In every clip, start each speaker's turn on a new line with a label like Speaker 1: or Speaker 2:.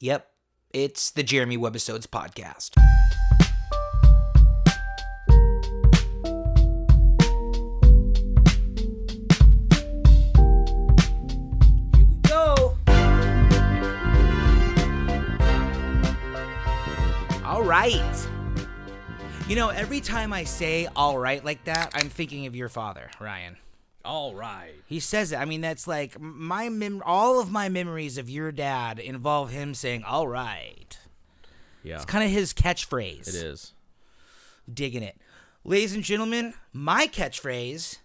Speaker 1: Yep, it's the Jeremy Webisodes podcast. Here we go. All right. You know, every time I say all right like that, I'm thinking of your father, Ryan.
Speaker 2: All right.
Speaker 1: He says it. I mean, that's like my mem- all of my memories of your dad involve him saying "all right."
Speaker 2: Yeah.
Speaker 1: Kind of his catchphrase.
Speaker 2: It is.
Speaker 1: Digging it, ladies and gentlemen. My catchphrase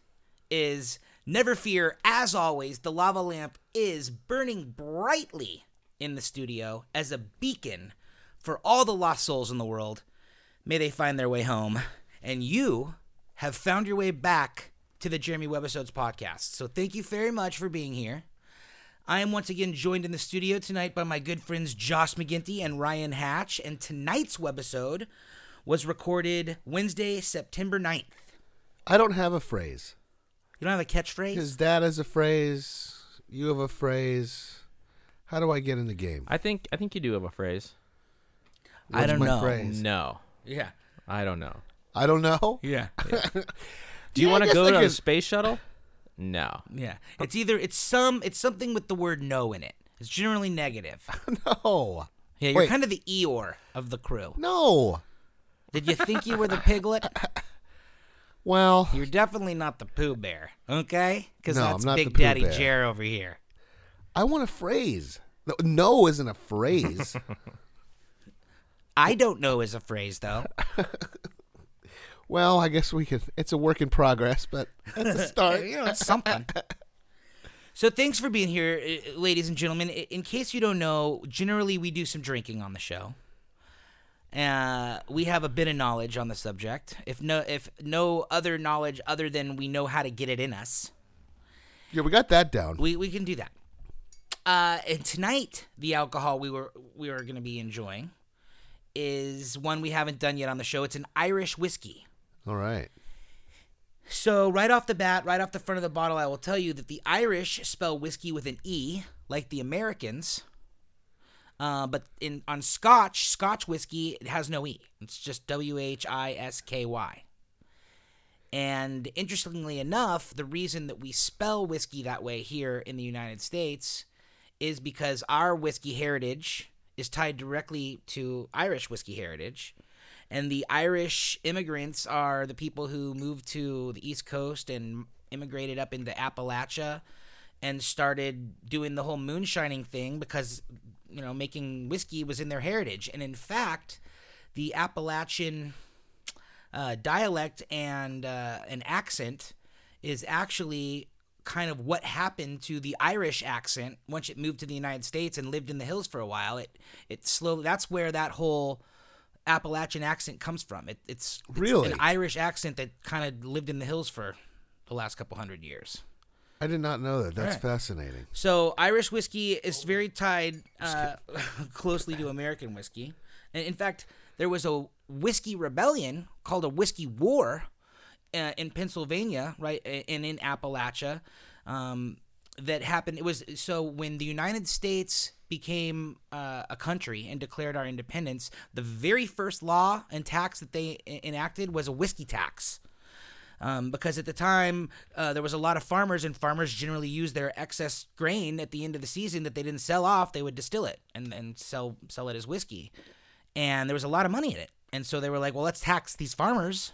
Speaker 1: is "Never fear." As always, the lava lamp is burning brightly in the studio as a beacon for all the lost souls in the world. May they find their way home. And you have found your way back to the Jeremy Webisodes podcast. So thank you very much for being here. I am once again joined in the studio tonight by my good friends Josh McGinty and Ryan Hatch. And tonight's webisode was recorded Wednesday, September 9th.
Speaker 3: I don't have a phrase.
Speaker 1: You don't have a catchphrase?
Speaker 3: His dad has a phrase. You have a phrase. How do I get in the game?
Speaker 2: I think I think you do have a phrase.
Speaker 1: I
Speaker 3: What's
Speaker 1: don't
Speaker 3: my
Speaker 1: know.
Speaker 3: phrase?
Speaker 2: No.
Speaker 1: Yeah.
Speaker 2: I don't know.
Speaker 3: I don't know.
Speaker 1: Yeah.
Speaker 2: Do you
Speaker 3: Yeah, I
Speaker 2: want to
Speaker 3: guess
Speaker 2: go
Speaker 3: I
Speaker 2: to the
Speaker 3: could-
Speaker 2: space shuttle? No.
Speaker 1: Yeah. It's either it's some it's something with the word no in it. It's generally negative.
Speaker 3: No.
Speaker 1: Yeah, you're
Speaker 3: Wait.
Speaker 1: kind of the Eeyore of the crew.
Speaker 3: No.
Speaker 1: Did you think you were the piglet?
Speaker 3: Well,
Speaker 1: You're definitely not the Pooh Bear, okay? Because
Speaker 3: No,
Speaker 1: that's
Speaker 3: I'm not
Speaker 1: Big
Speaker 3: the Pooh
Speaker 1: Daddy
Speaker 3: Bear.
Speaker 1: Jer over here.
Speaker 3: I want a phrase. No- No isn't a phrase.
Speaker 1: I don't know is a phrase though.
Speaker 3: well, I guess we could. It's a work in progress, but that's a start. you know.
Speaker 1: It's something. So thanks for being here, eh, ladies and gentlemen. I- In case you don't know, generally we do some drinking on the show. Uh, we have a bit of knowledge on the subject. If no, if no other knowledge other than we know how to get it in us.
Speaker 3: Yeah, we got that down.
Speaker 1: We we can do that. Uh, and tonight, the alcohol we were we are going to be enjoying is one we haven't done yet on the show. It's an Irish whiskey.
Speaker 3: All right.
Speaker 1: So right off the bat, right off the front of the bottle, I will tell you that the Irish spell whiskey with an e, like the Americans. Uh, but in on Scotch, Scotch whiskey it has no e. It's just W H I S K Y. And interestingly enough, the reason that we spell whiskey that way here in the United States is because our whiskey heritage is tied directly to Irish whiskey heritage. And the Irish immigrants are the people who moved to the East Coast and immigrated up into Appalachia and started doing the whole moonshining thing because, you know, making whiskey was in their heritage. And in fact, the Appalachian uh, dialect and uh, an accent is actually kind of what happened to the Irish accent once it moved to the United States and lived in the hills for a while. It it slowly that's where that whole Appalachian accent comes from. It, it's, it's
Speaker 3: Really?
Speaker 1: an Irish accent that kind of lived in the hills for the last couple hundred years.
Speaker 3: I did not know that. That's
Speaker 1: All right.
Speaker 3: fascinating.
Speaker 1: So Irish whiskey is very tied uh, closely to American whiskey, and in fact, there was a whiskey rebellion called a whiskey war uh, in Pennsylvania, right, a- and in Appalachia, um, that happened. It was so when the United States became uh, a country and declared our independence, the very first law and tax that they e- enacted was a whiskey tax um, because at the time uh, there was a lot of farmers, and farmers generally used their excess grain at the end of the season that they didn't sell off. They would distill it and and sell sell it as whiskey, and there was a lot of money in it. And so they were like, "Well, let's tax these farmers."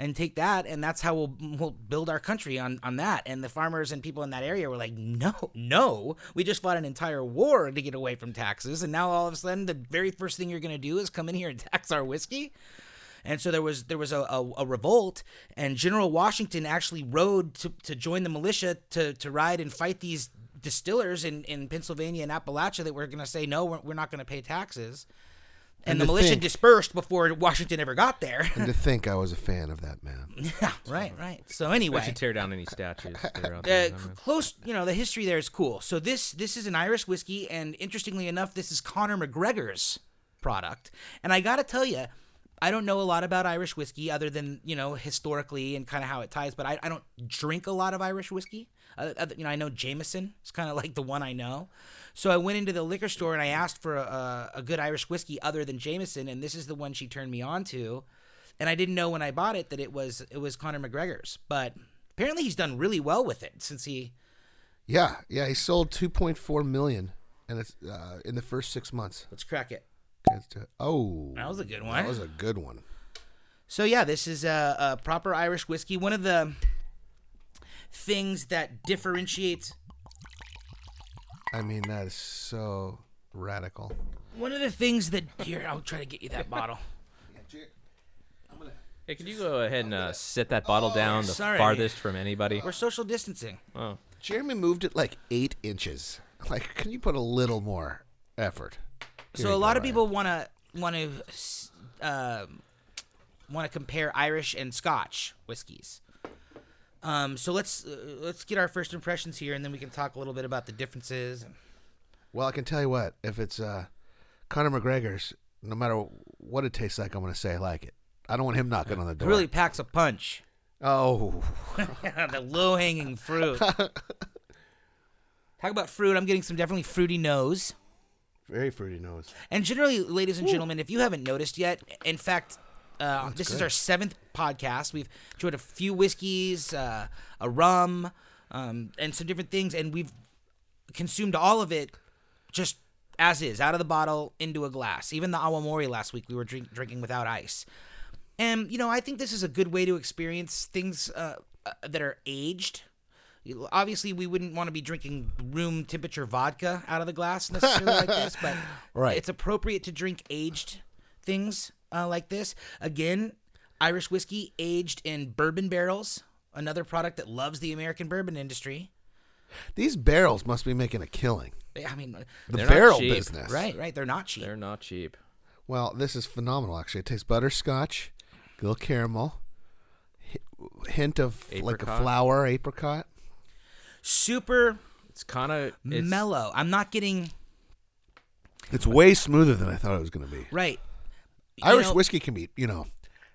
Speaker 1: And take that, and that's how we'll, we'll build our country on, on that. And the farmers and people in that area were like, no, no, we just fought an entire war to get away from taxes. And now all of a sudden, the very first thing you're going to do is come in here and tax our whiskey? and so there was there was a, a, a revolt and general washington actually rode to, to join the militia to, to ride and fight these distillers in, in pennsylvania and appalachia that were going to say no we're, we're not going to pay taxes and,
Speaker 3: And
Speaker 1: the
Speaker 3: to
Speaker 1: militia
Speaker 3: think-
Speaker 1: dispersed before washington ever got there
Speaker 3: And to think I was a fan of that man.
Speaker 1: yeah, right right so
Speaker 2: We
Speaker 1: anyway
Speaker 2: should tear down any statues. that are out
Speaker 1: uh,
Speaker 2: there.
Speaker 1: c- close you know the history there is cool so this this is an irish whiskey and interestingly enough this is conor mcgregor's product and i gotta tell you I don't know a lot about Irish whiskey other than you know historically and kind of how it ties, but I, I don't drink a lot of Irish whiskey. Uh, other- you know, I know Jameson. It's kind of like the one I know. So I went into the liquor store and I asked for a, a good Irish whiskey other than Jameson, and this is the one she turned me on to. And I didn't know when I bought it that it was it was Conor McGregor's, but apparently he's done really well with it since he
Speaker 3: Yeah, yeah. He sold 2.4 million, and it's uh, in the first six months.
Speaker 1: let's crack it.
Speaker 3: That's to- Oh,
Speaker 1: That was a good one.
Speaker 3: that was a good one.
Speaker 1: So yeah, this is a, a proper Irish whiskey. One of the things that differentiates
Speaker 3: I mean, that is so radical.
Speaker 1: one of the things that here I'll try to get you that bottle.
Speaker 2: Hey, could you go ahead and uh, sit that
Speaker 3: Oh,
Speaker 2: bottle down the
Speaker 1: sorry.
Speaker 2: farthest from anybody?
Speaker 1: We're social distancing.
Speaker 2: Oh.
Speaker 3: Jeremy moved it like eight inches. Like, can you put a little more effort?
Speaker 1: so a lot of people want to want to um, want to compare Irish and Scotch whiskeys. Um, so let's uh, let's get our first impressions here, and then we can talk a little bit about the differences.
Speaker 3: Well, I can tell you what. If it's uh, Conor McGregor's, no matter what it tastes like, I'm gonna say I like it. I don't want him knocking on the
Speaker 1: It
Speaker 3: door.
Speaker 1: really packs a punch.
Speaker 3: Oh,
Speaker 1: the low hanging fruit. Talk about fruit. I'm getting some definitely fruity nose.
Speaker 3: very fruity nose.
Speaker 1: And generally, ladies and gentlemen, if you haven't noticed yet, in fact, uh, this is our seventh podcast. We've enjoyed a few whiskeys, uh, a rum, um, and some different things, and we've consumed all of it just as is, out of the bottle into a glass. Even the awamori last week, we were drink- drinking without ice. And you know, I think this is a good way to experience things uh, uh, that are aged. You- Obviously, we wouldn't want to be drinking room temperature vodka out of the glass necessarily like this, but
Speaker 3: Right.
Speaker 1: it's appropriate to drink aged things uh, like this. Again, Irish whiskey aged in bourbon barrels, another product that loves the American bourbon industry.
Speaker 3: These barrels must be making a killing.
Speaker 1: I mean,
Speaker 3: The
Speaker 2: They're not
Speaker 3: barrel
Speaker 2: cheap.
Speaker 3: business,
Speaker 1: right, right. They're not cheap.
Speaker 2: They're not cheap.
Speaker 3: Well, this is phenomenal. Actually, it tastes butterscotch, a little caramel, hi- hint of like a
Speaker 2: Apricot.
Speaker 3: flower, apricot.
Speaker 1: Super
Speaker 2: It's kind of it's
Speaker 1: mellow. I'm not getting
Speaker 3: It's way smoother than I thought it was going to be.
Speaker 1: right. You
Speaker 3: Irish
Speaker 1: know,
Speaker 3: whiskey can be, you know,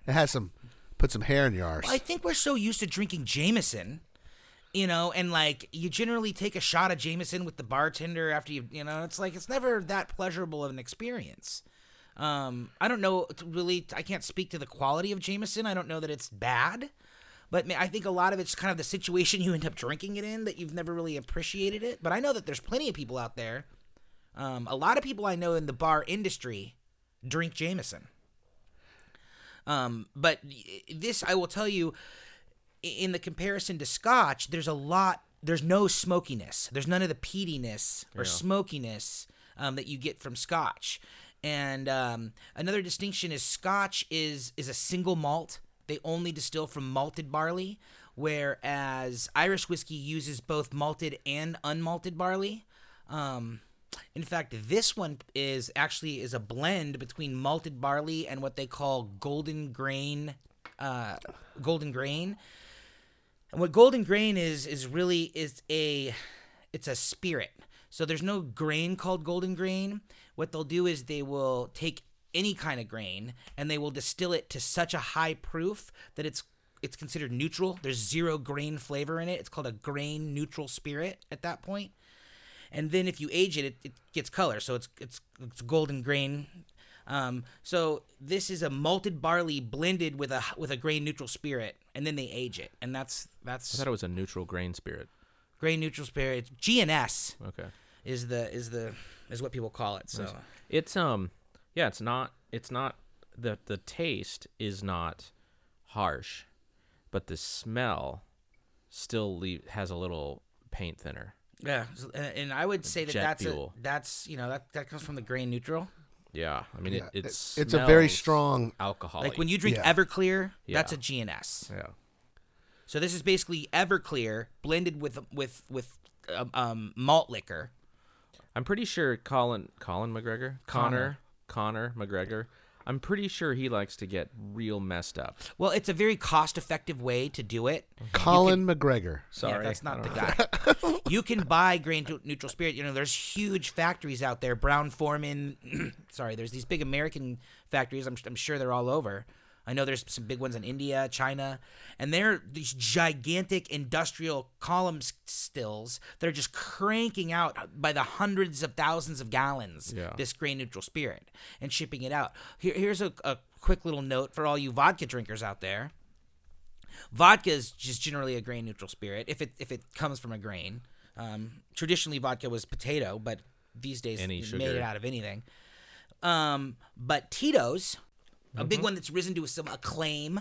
Speaker 3: it has some, put some hair in your arse.
Speaker 1: I think we're so used to drinking Jameson, you know, and like you generally take a shot of Jameson with the bartender after you, you know, it's like it's never that pleasurable of an experience. Um, I don't know t- really. I can't speak to the quality of Jameson. I don't know that it's bad, but ma- I think a lot of it's kind of the situation you end up drinking it in that you've never really appreciated it. But I know that there's plenty of people out there. Um, a lot of people I know in the bar industry drink Jameson. Um, but y- this, I will tell you, i- in the comparison to Scotch, there's a lot. There's no smokiness. There's none of the peatiness or smokiness um, that you get from Scotch. And um, another distinction is Scotch is is a single malt. They only distill from malted barley, whereas Irish whiskey uses both malted and unmalted barley. Um, in fact, this one is actually is a blend between malted barley and what they call golden grain, uh, golden grain. And what golden grain is is really is a it's a spirit. So there's no grain called golden grain. What they'll do is they will take any kind of grain and they will distill it to such a high proof that it's it's considered neutral. There's zero grain flavor in it. It's called a grain neutral spirit at that point and then if you age it, it, it gets color, so it's it's it's golden grain. Um, so this is a malted barley blended with a with a grain neutral spirit, and then they age it, and that's
Speaker 2: I
Speaker 1: that's
Speaker 2: thought it was a neutral grain spirit.
Speaker 1: grain neutral spirit. GNS
Speaker 2: Okay.
Speaker 1: is the is the is what people call it. So
Speaker 2: It's um yeah, it's not it's not the the taste is not harsh, but the smell still leave, has a little paint thinner.
Speaker 1: yeah, so- and and I would say that
Speaker 2: Jet
Speaker 1: that's a,
Speaker 2: fuel.
Speaker 1: that's you know that that comes from the grain neutral.
Speaker 2: Yeah. I mean
Speaker 3: Yeah,
Speaker 2: it, it,
Speaker 3: it's it's a very
Speaker 2: smells
Speaker 3: strong.
Speaker 2: alcoholic.
Speaker 1: Like when you drink
Speaker 3: Yeah.
Speaker 1: Everclear, that's a
Speaker 2: Yeah.
Speaker 1: GNS.
Speaker 2: Yeah.
Speaker 1: So this is basically Everclear blended with with with um, um, malt liquor.
Speaker 2: I'm pretty sure Colin Colin McGregor Connor Connor McGregor. I'm pretty sure he likes to get real messed up.
Speaker 1: Well, it's a very cost-effective way to do it.
Speaker 3: Colin McGregor.
Speaker 2: Sorry,
Speaker 1: yeah, that's
Speaker 2: I
Speaker 1: not the
Speaker 2: don't know.
Speaker 1: guy. you can buy grain neu- neutral spirit. You know, there's huge factories out there. Brown Forman. sorry, there's these big American factories. I'm, I'm sure they're all over. I know there's some big ones in India, China, and they're these gigantic industrial column s- stills that are just cranking out by the hundreds of thousands of gallons
Speaker 2: Yeah.
Speaker 1: this grain neutral spirit and shipping it out. Here, here's a, a quick little note for all you vodka drinkers out there vodka is just generally a grain neutral spirit if it if it comes from a grain. Um, traditionally, vodka was potato, but these days
Speaker 2: Any
Speaker 1: you made
Speaker 2: sugar.
Speaker 1: it out of anything. Um, but Tito's, a
Speaker 2: Mm-hmm.
Speaker 1: big one that's risen to some acclaim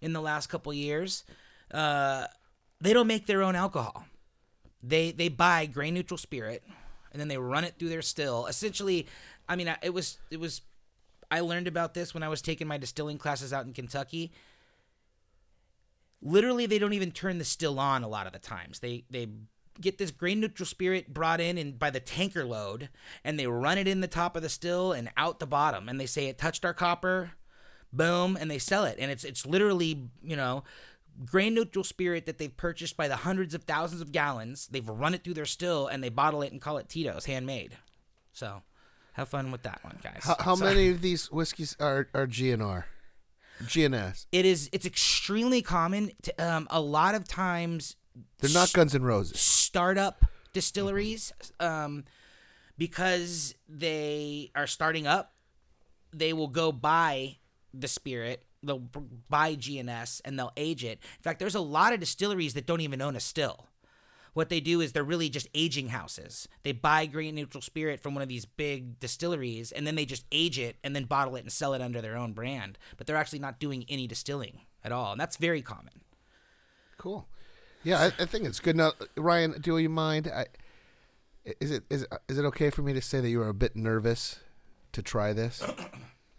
Speaker 1: in the last couple years. Uh, they don't make their own alcohol. They they buy grain neutral spirit, and then they run it through their still. Essentially, I mean, I- it was it was. I learned about this when I was taking my distilling classes out in Kentucky literally they don't even turn the still on a lot of the times. They they get this grain neutral spirit brought in and by the tanker load and they run it in the top of the still and out the bottom and they say it touched our copper, boom, and they sell it. And it's it's literally, you know, grain neutral spirit that they've purchased by the hundreds of thousands of gallons. They've run it through their still and they bottle it and call it Tito's handmade. So have fun with that one, guys.
Speaker 3: How, how
Speaker 1: So-
Speaker 3: many of these whiskeys are, are GNR? GNS.
Speaker 1: It is. It's extremely common. To, um, a lot of times
Speaker 3: They're not Guns N' Roses.
Speaker 1: startup distilleries um, because they are starting up they will go buy the spirit they'll b- buy gns and they'll age it in fact there's a lot of distilleries that don't even own a still what they do is they're really just aging houses they buy green neutral spirit from one of these big distilleries and then they just age it and then bottle it and sell it under their own brand but they're actually not doing any distilling at all and that's very common
Speaker 3: Cool. Yeah, I, I think it's good. Now, Ryan, do you mind? I, is it is is it okay for me to say that you were a bit nervous to try this?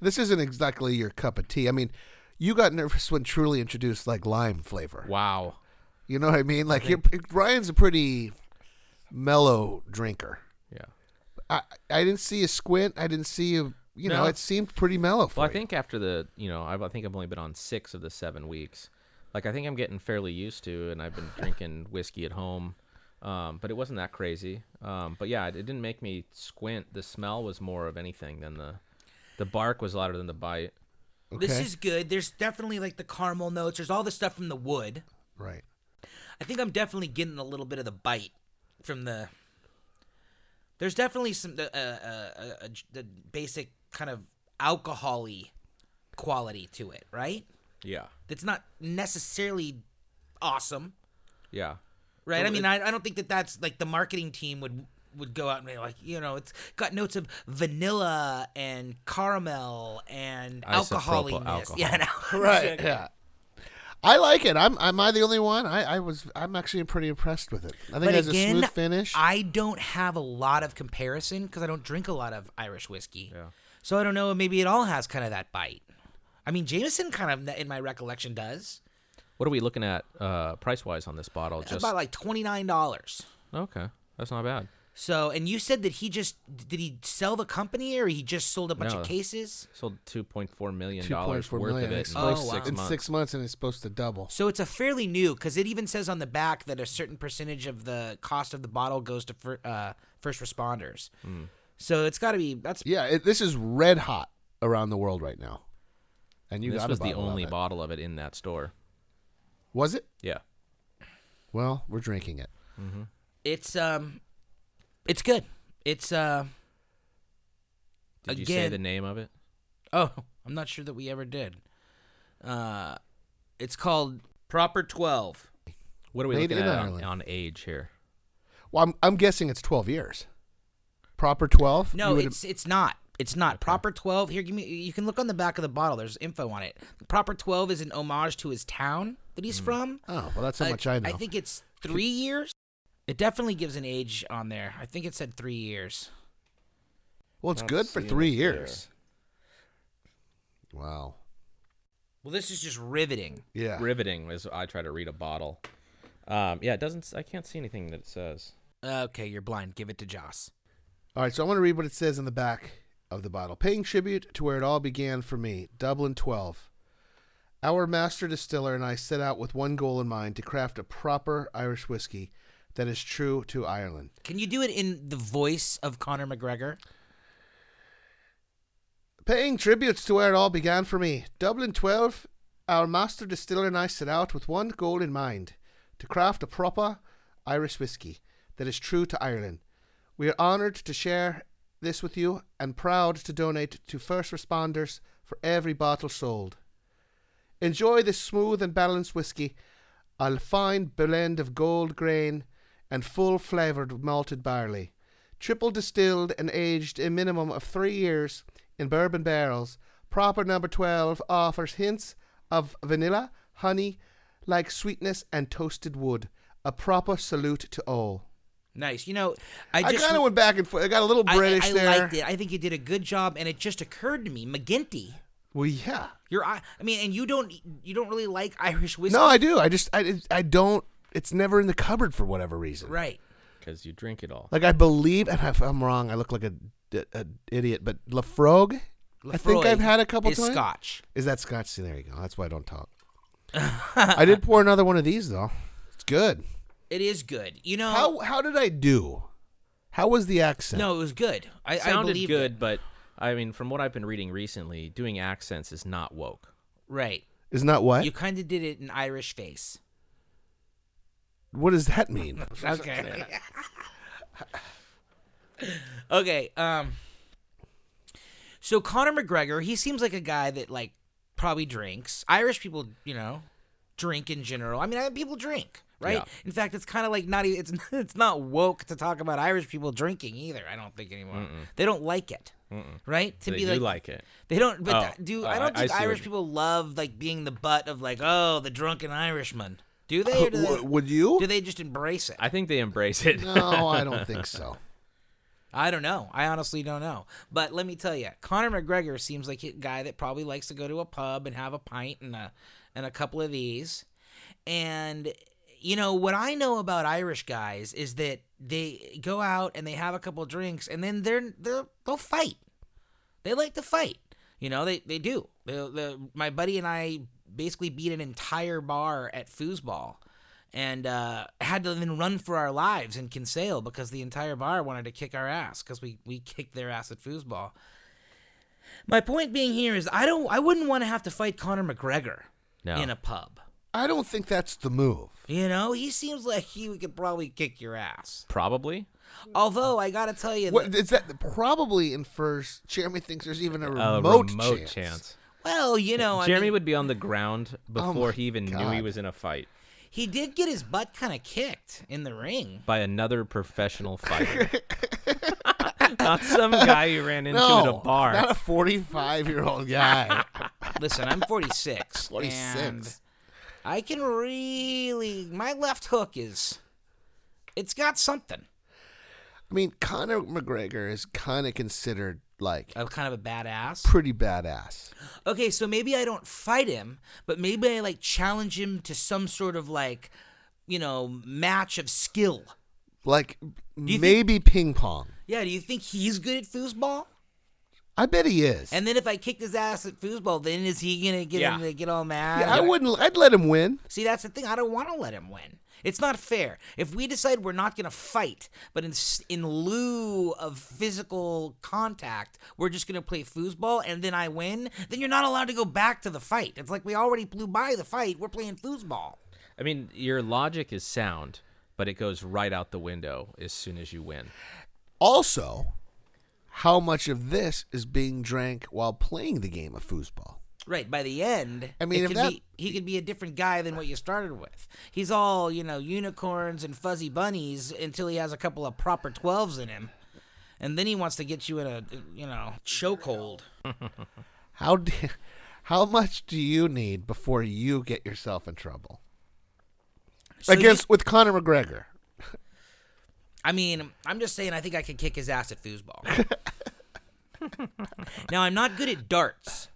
Speaker 3: this isn't exactly your cup of tea. I mean, you got nervous when Truly introduced like lime flavor.
Speaker 2: Wow.
Speaker 3: You know what I mean? Like you're, Ryan's a pretty mellow drinker.
Speaker 2: Yeah.
Speaker 3: I I didn't see a squint. I didn't see a you know.
Speaker 2: No.
Speaker 3: It seemed pretty mellow for
Speaker 2: Well, I
Speaker 3: you.
Speaker 2: think after the, you know, I've, I think I've only been on six of the seven weeks. Like I think I'm getting fairly used to, and I've been drinking whiskey at home. Um, but it wasn't that crazy. Um, but yeah, it, it didn't make me squint. The smell was more of anything than the, the bark was louder than the bite.
Speaker 1: This
Speaker 3: Okay.
Speaker 1: is good. There's definitely like the caramel notes. There's all the stuff from the wood.
Speaker 3: right.
Speaker 1: I think I'm definitely getting a little bit of the bite from the. There's definitely some the uh, uh, uh, uh, the basic kind of alcoholy quality to it, right?
Speaker 2: Yeah.
Speaker 1: That's not necessarily awesome,
Speaker 2: Yeah.
Speaker 1: right? I mean, I, I don't think that that's like the marketing team would would go out and be like, you know, it's got notes of vanilla and caramel and
Speaker 2: Isopropyl
Speaker 1: alcoholiness.
Speaker 2: alcohol.
Speaker 1: Yeah, no,
Speaker 3: Right. Yeah. I like it. I'm. Am I the only one? I, I was. I'm actually pretty impressed with it. I think
Speaker 1: But
Speaker 3: it has
Speaker 1: again,
Speaker 3: a smooth finish.
Speaker 1: I don't have a lot of comparison because I don't drink a lot of Irish whiskey. So I don't know. Maybe it all has kind of that bite. I mean, Jameson kind of, in my recollection, does.
Speaker 2: What are we looking at uh, price wise on this bottle?
Speaker 1: It's
Speaker 2: Just
Speaker 1: about like twenty nine dollars.
Speaker 2: okay. That's not bad.
Speaker 1: So, and you said that he just did he sell the company or he just sold a bunch
Speaker 2: No.
Speaker 1: of cases?
Speaker 2: Sold two point four million dollars
Speaker 3: $2.4
Speaker 2: worth
Speaker 3: million.
Speaker 2: of it
Speaker 3: It's
Speaker 2: in
Speaker 1: supposed
Speaker 2: six
Speaker 1: to-
Speaker 2: months.
Speaker 3: in six months, and it's supposed to double.
Speaker 1: So it's a fairly new because it even says on the back that a certain percentage of the cost of the bottle goes to fir- uh, first responders.
Speaker 3: Hmm.
Speaker 1: So it's got to be that's
Speaker 3: Yeah, it, this is red hot around the world right now. And you
Speaker 2: this
Speaker 3: got
Speaker 2: was
Speaker 3: a
Speaker 2: the
Speaker 3: bottle of
Speaker 2: only
Speaker 3: it.
Speaker 2: bottle of it in that store.
Speaker 3: Was it?
Speaker 2: Yeah.
Speaker 3: Well, we're drinking it.
Speaker 1: it's um it's good. It's uh
Speaker 2: Did you say
Speaker 1: Again-
Speaker 2: the name of it?
Speaker 1: Oh, I'm not sure that we ever did. Uh, it's called Proper Twelve.
Speaker 2: What are we
Speaker 3: Made
Speaker 2: looking
Speaker 3: in
Speaker 2: at on,
Speaker 3: Ireland.
Speaker 2: on age here?
Speaker 3: Well, I'm, I'm guessing it's 12 years. Proper 12? You
Speaker 1: No,
Speaker 3: would-
Speaker 1: it's it's not. It's not Proper Twelve. Here, give me. You can look on the back of the bottle. There's info on it. Proper Twelve is an homage to his town that he's from.
Speaker 3: Oh, well, that's how
Speaker 1: Uh,
Speaker 3: much I know.
Speaker 1: I think it's three years. It definitely gives an age on there. I think it said three years.
Speaker 3: well, it's
Speaker 2: Not
Speaker 3: good for
Speaker 2: seeing
Speaker 3: three
Speaker 2: it there.
Speaker 3: years. Wow.
Speaker 1: Well, this is just riveting.
Speaker 3: Yeah.
Speaker 2: Riveting as I try to read a bottle. Um, yeah, it doesn't. s- I can't see anything that it says.
Speaker 1: Okay, you're blind. Give it to Joss.
Speaker 3: All right, so I want to read what it says in the back of the bottle, paying tribute to where it all began for me, Dublin 12. Our master distiller and I set out with one goal in mind to craft a proper Irish whiskey that is true to Ireland.
Speaker 1: Can you do it in the voice of Conor McGregor?
Speaker 3: Paying tributes to where it all began for me, Dublin 12, our master distiller and I set out with one goal in mind to craft a proper Irish whiskey that is true to Ireland. We are honoured to share this with you and proud to donate to first responders for every bottle sold. Enjoy this smooth and balanced whiskey, a fine blend of gold grain and full flavoured malted barley, triple distilled and aged a minimum of three years in bourbon barrels. Proper number 12 offers hints of vanilla, honey, like sweetness, and toasted wood. A proper salute to all.
Speaker 1: Nice. You know, I
Speaker 3: I,
Speaker 1: just
Speaker 3: kind of went back and forth. I got a little
Speaker 1: I- I-
Speaker 3: British
Speaker 1: I,
Speaker 3: there.
Speaker 1: liked it. I think you did a good job, and it just occurred to me, McGinty.
Speaker 3: Well, yeah.
Speaker 1: You're, I I mean, and you don't, you don't really like Irish whiskey,
Speaker 3: No, I do. I just I I don't. It's never in the cupboard for whatever reason.
Speaker 1: right?
Speaker 2: because you drink it all.
Speaker 3: Like I believe, and if I'm wrong, I look like a, a idiot. But Lafrogue, I think
Speaker 1: Lefroy
Speaker 3: I've had a couple
Speaker 1: is
Speaker 3: times.
Speaker 1: Scotch.
Speaker 3: Is that Scotch? See, there you go. That's why I don't talk. I did pour another one of these though. It's good.
Speaker 1: It is good. You know,
Speaker 3: How how did I do? How was the accent?
Speaker 1: Oh. no, it was good. I, I
Speaker 2: Sounded
Speaker 1: believed
Speaker 2: good,
Speaker 1: it.
Speaker 2: but I mean, from what I've been reading recently, doing accents is not woke.
Speaker 1: right?
Speaker 3: is not what.
Speaker 1: You kind of did it in Irish face.
Speaker 3: what does that mean?
Speaker 1: Okay. okay. Um. So Conor McGregor, he seems like a guy that like probably drinks. Irish people, you know, drink in general. I mean, I- people drink, right?
Speaker 2: Yeah.
Speaker 1: In fact, it's kind of like not even it's it's not woke to talk about Irish people drinking either. I don't think anymore. They don't like it, right? To
Speaker 2: They
Speaker 1: be
Speaker 2: do
Speaker 1: like,
Speaker 2: like, it.
Speaker 1: they don't. But
Speaker 2: Oh,
Speaker 1: th- do
Speaker 2: oh,
Speaker 1: I don't
Speaker 2: I- I
Speaker 1: think
Speaker 2: see what
Speaker 1: Irish
Speaker 2: you-
Speaker 1: people love like being the butt of like oh the drunken Irishman. Do they? Or do,
Speaker 3: W-
Speaker 1: they
Speaker 3: would you?
Speaker 1: do they just embrace it?
Speaker 2: I think they embrace it.
Speaker 3: no, I don't think so.
Speaker 1: I don't know. I honestly don't know. But let me tell you, Conor McGregor seems like a guy that probably likes to go to a pub and have a pint and a and a couple of these. And you know what I know about Irish guys is that they go out and they have a couple drinks and then they're they're they'll fight. They like to fight. You know, they they do. They, they, my buddy and I basically beat an entire bar at foosball, and uh, had to then run for our lives in Kinsale because the entire bar wanted to kick our ass because we we kicked their ass at foosball. My point being here is I don't I wouldn't want to have to fight Conor McGregor
Speaker 2: No.
Speaker 1: in a pub.
Speaker 3: I don't think that's the move.
Speaker 1: You know, he seems like he could probably kick your ass.
Speaker 2: Probably.
Speaker 1: Although I gotta tell you,
Speaker 3: What
Speaker 1: that-
Speaker 3: is that probably infers Jeremy thinks there's even a
Speaker 2: A
Speaker 3: remote,
Speaker 2: remote
Speaker 3: chance.
Speaker 2: chance.
Speaker 1: well, you know, Oh, I
Speaker 2: Jeremy
Speaker 1: mean, Oh
Speaker 2: would be on the ground before he even knew he
Speaker 3: God.
Speaker 2: was in a fight
Speaker 1: he did get his butt kind of kicked in the ring.
Speaker 2: by another professional fighter. Not some guy you ran into at a
Speaker 3: No,
Speaker 2: bar.
Speaker 3: not a 45 year old guy.
Speaker 1: Listen, I'm 46.
Speaker 3: 46.
Speaker 1: and I can really. My left hook is. It's got something.
Speaker 3: I mean, Conor McGregor is kind of considered like
Speaker 1: I'm kind of a badass.
Speaker 3: pretty badass.
Speaker 1: Okay, so maybe I don't fight him, but maybe I like challenge him to some sort of like, you know, match of skill.
Speaker 3: Like
Speaker 1: you think-
Speaker 3: maybe ping pong.
Speaker 1: Yeah, do you think he's good at foosball?
Speaker 3: I bet he is.
Speaker 1: And then if I kicked his ass at foosball, then is he gonna get
Speaker 2: Yeah.
Speaker 1: him to get all mad?
Speaker 3: yeah, I wouldn't. I'd let him win.
Speaker 1: See, that's the thing. I don't want to let him win. It's not fair. If we decide we're not going to fight, but in, s- in lieu of physical contact, we're just going to play foosball and then I win, then you're not allowed to go back to the fight. It's like we already blew by the fight. We're playing foosball.
Speaker 2: I mean, your logic is sound, but it goes right out the window as soon as you win.
Speaker 3: Also, how much of this is being drank while playing the game of foosball?
Speaker 1: Right. By the end,
Speaker 3: I mean,
Speaker 1: it
Speaker 3: if
Speaker 1: could
Speaker 3: that-
Speaker 1: be- he could be a different guy than what you started with. He's all, you know, unicorns and fuzzy bunnies until he has a couple of proper 12s in him. And then he wants to get you in a, you know, chokehold.
Speaker 3: How d how much do you need before you get yourself in trouble?
Speaker 1: So you-
Speaker 3: Against with Conor McGregor.
Speaker 1: I mean, I'm just saying I think I could kick his ass at foosball. now I'm not good at darts.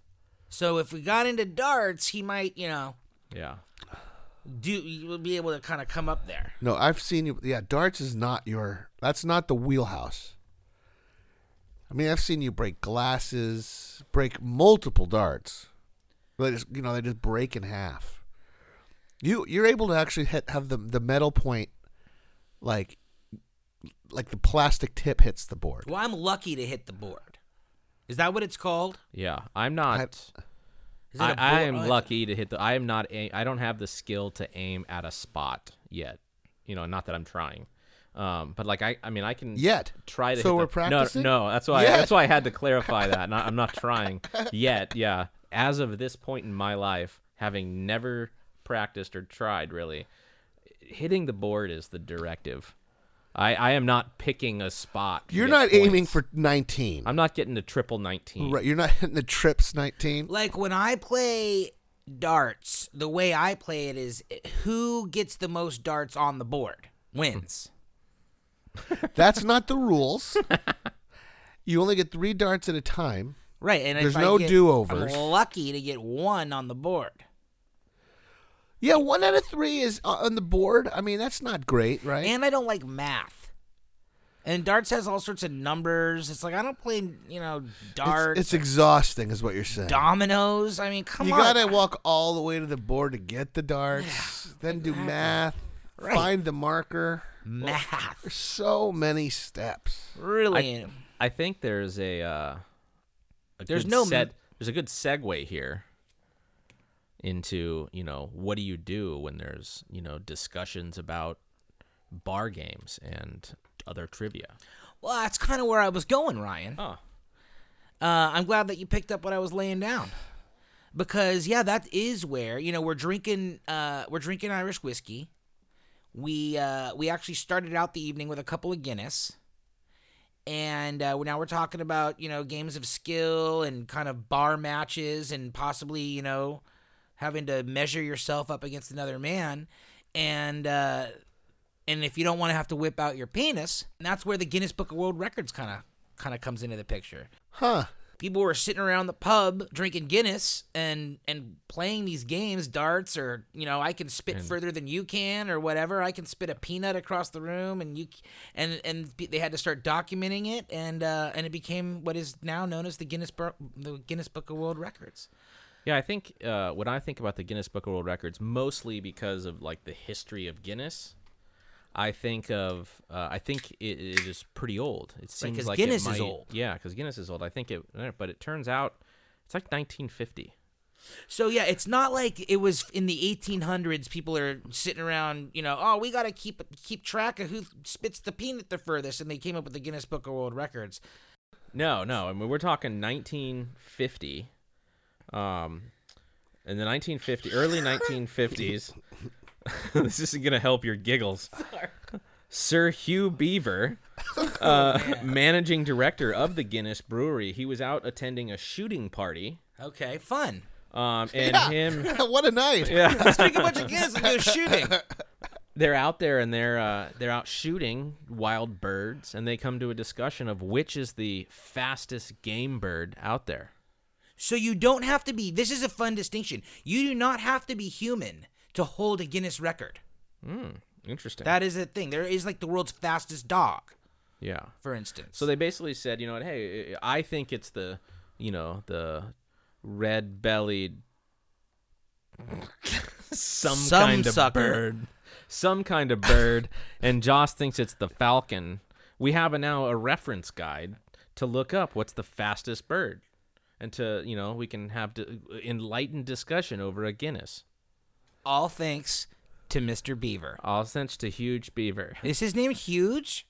Speaker 1: So if we got into darts, he might, you know,
Speaker 2: Yeah.
Speaker 1: do you would be able to kind of come up there.
Speaker 3: No, I've seen you. Yeah, darts is not your. That's not the wheelhouse. I mean, I've seen you break glasses, break multiple darts. They just, you know, they just break in half. You you're able to actually hit, have the the metal point, like like the plastic tip hits the board.
Speaker 1: Well, I'm lucky to hit the board. Is that what it's called?
Speaker 2: Yeah, I'm not.
Speaker 1: Is it a
Speaker 2: I, I
Speaker 1: board-
Speaker 2: am
Speaker 1: oh, it's-
Speaker 2: lucky to hit the. I am not. A, I don't have the skill to aim at a spot yet. You know, not that I'm trying. Um, but like I, I mean, I can
Speaker 3: Yet.
Speaker 2: try to.
Speaker 3: So
Speaker 2: hit
Speaker 3: we're
Speaker 2: the,
Speaker 3: practicing?
Speaker 2: No, no, that's why.
Speaker 3: Yet.
Speaker 2: That's why I had to clarify that. Not, I'm not trying yet. Yeah, as of this point in my life, having never practiced or tried really, hitting the board is the directive. I, I am not picking a spot. to
Speaker 3: You're
Speaker 2: get
Speaker 3: not
Speaker 2: points.
Speaker 3: aiming for 19.
Speaker 2: I'm not getting to triple nineteen.
Speaker 3: right. You're not hitting the trips 19.
Speaker 1: Like when I play darts, the way I play it is who gets the most darts on the board wins.
Speaker 2: Hmm.
Speaker 3: That's not the rules. you only get three darts at a time.
Speaker 1: Right, and
Speaker 3: There's
Speaker 1: if I
Speaker 3: no
Speaker 1: get-
Speaker 3: do-overs.
Speaker 1: I'm lucky to get one on the board,
Speaker 3: Yeah, one out of three is o- on the board. I mean, that's not great, right?
Speaker 1: and I don't like math. And darts has all sorts of numbers. It's like I don't play, you know,
Speaker 3: it's,
Speaker 1: darts,
Speaker 3: it's exhausting, is what you're saying.
Speaker 1: dominoes. I mean, come
Speaker 3: you
Speaker 1: on.
Speaker 3: gotta walk all the way to the board to get the darts, then do math,
Speaker 1: Right.
Speaker 3: find the marker.
Speaker 1: math.
Speaker 3: So many steps.
Speaker 1: Really,
Speaker 2: I think there's a, uh, a
Speaker 1: There's
Speaker 2: good
Speaker 1: no
Speaker 2: set,
Speaker 1: m-
Speaker 2: there's a good segue here into you know what do you do when there's you know discussions about bar games and other trivia.
Speaker 1: well, that's kind of where I was going, Ryan.
Speaker 2: Oh,
Speaker 1: uh, I'm glad that you picked up what I was laying down, because yeah, that is where you know we're drinking uh, we're drinking Irish whiskey. We uh, we actually started out the evening with a couple of Guinness, and uh, we're, now we're talking about you know games of skill and kind of bar matches and possibly you know having to measure yourself up against another man, and uh, and if you don't want to have to whip out your penis, that's where the Guinness Book of World Records kind of kind of comes into the picture
Speaker 3: Huh.
Speaker 1: people were sitting around the pub drinking Guinness and and playing these games, darts or you know I can spit further than you can or whatever. I can spit a peanut across the room and you c- and and pe- they had to start documenting it and uh, and it became what is now known as the Guinness Bur- the Guinness Book of World Records.
Speaker 2: yeah. I think uh, when I think about the Guinness Book of World Records, mostly because of like the history of Guinness. I think of uh, I think it, it is pretty old. It seems
Speaker 1: 'cause
Speaker 2: like it
Speaker 1: Guinness is
Speaker 2: might-
Speaker 1: old.
Speaker 2: Yeah, because Guinness is old. I think it, but it turns out it's like 1950.
Speaker 1: So yeah, it's not like it was in the 1800s. People are sitting around, you know, oh, we gotta keep keep track of who spits the peanut the furthest, and they came up with the Guinness Book of World Records.
Speaker 2: No, no. I mean, we're talking 1950. Um, in the 1950, early 1950s. this isn't gonna help your giggles. Sir Hugh Beaver, uh, managing director of the Guinness Brewery, he was out attending a shooting party.
Speaker 1: Okay, fun.
Speaker 2: Um, and him,
Speaker 3: what a night.
Speaker 2: yeah,
Speaker 1: Drink a bunch of Guinness and go shooting.
Speaker 2: they're out there and they're uh, they're out shooting wild birds, and they come to a discussion of which is the fastest game bird out there.
Speaker 1: So you don't have to be. This is a fun distinction. You do not have to be human to hold a Guinness record.
Speaker 2: Interesting.
Speaker 1: That is a thing. There is like the world's fastest dog,
Speaker 2: yeah.
Speaker 1: for instance.
Speaker 2: So they basically said, you know what? Hey, I I think it's the, you know, the red-bellied some,
Speaker 1: Some
Speaker 2: kind of
Speaker 1: sucker.
Speaker 2: bird, some kind of bird, and Joss thinks it's the falcon. We have a, now a reference guide to look up what's the fastest bird, and to you know we can have d enlightened discussion over a Guinness.
Speaker 1: all thanks to Mr. Beaver.
Speaker 2: All thanks to Huge Beaver.
Speaker 1: Is his name huge?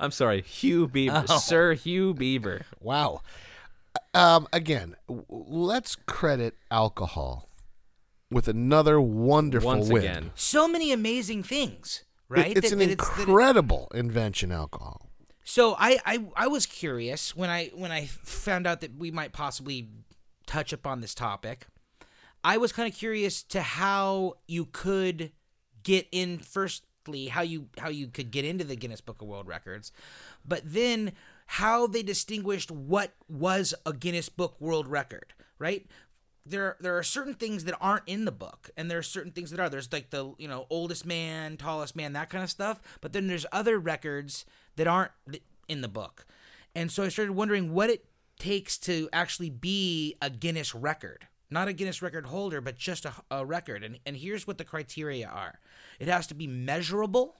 Speaker 2: I'm sorry, Hugh Beaver,
Speaker 1: Oh.
Speaker 2: Sir Hugh Beaver.
Speaker 3: Wow. Um, again, w- let's credit alcohol with another wonderful
Speaker 2: Once
Speaker 3: win.
Speaker 2: again.
Speaker 1: So many amazing things,
Speaker 3: It-
Speaker 1: right?
Speaker 3: it's
Speaker 1: That-
Speaker 3: an
Speaker 1: that that it-
Speaker 3: incredible invention, alcohol.
Speaker 1: So I, I I was curious when I when I found out that we might possibly touch upon this topic. I was kind of curious to how you could get in firstly how you how you could get into the Guinness Book of World Records, but then how they distinguished what was a Guinness Book World Record, right? there there are certain things that aren't in the book and there are certain things that are there's like the you know oldest man tallest man that kind of stuff but then there's other records that aren't th- in the book And so I started wondering what it takes to actually be a Guinness record. Not a Guinness record holder, but just a, a record. And, and here's what the criteria are it has to be measurable.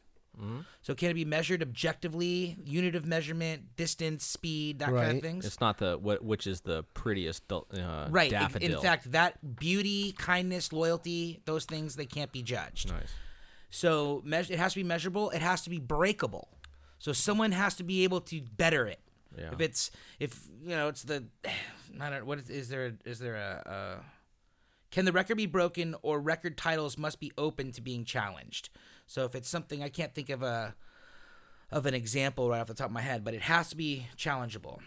Speaker 1: So can it be measured objectively, unit of measurement, distance, speed, that kind
Speaker 3: Right.
Speaker 1: of things?
Speaker 2: It's not the what, which is the prettiest dul- uh,
Speaker 1: right. in-
Speaker 2: daffodil.
Speaker 1: In fact, that beauty, kindness, loyalty, those things, they can't be judged.
Speaker 2: nice.
Speaker 1: So meas it has to be measurable. It has to be breakable. So someone has to be able to better it.
Speaker 2: Yeah.
Speaker 1: If it's if you know it's the, I don't what is, is there is there a, a can the record be broken or record titles must be open to being challenged. So if it's something I can't think of a of an example right off the top of my head, but it has to be challengeable.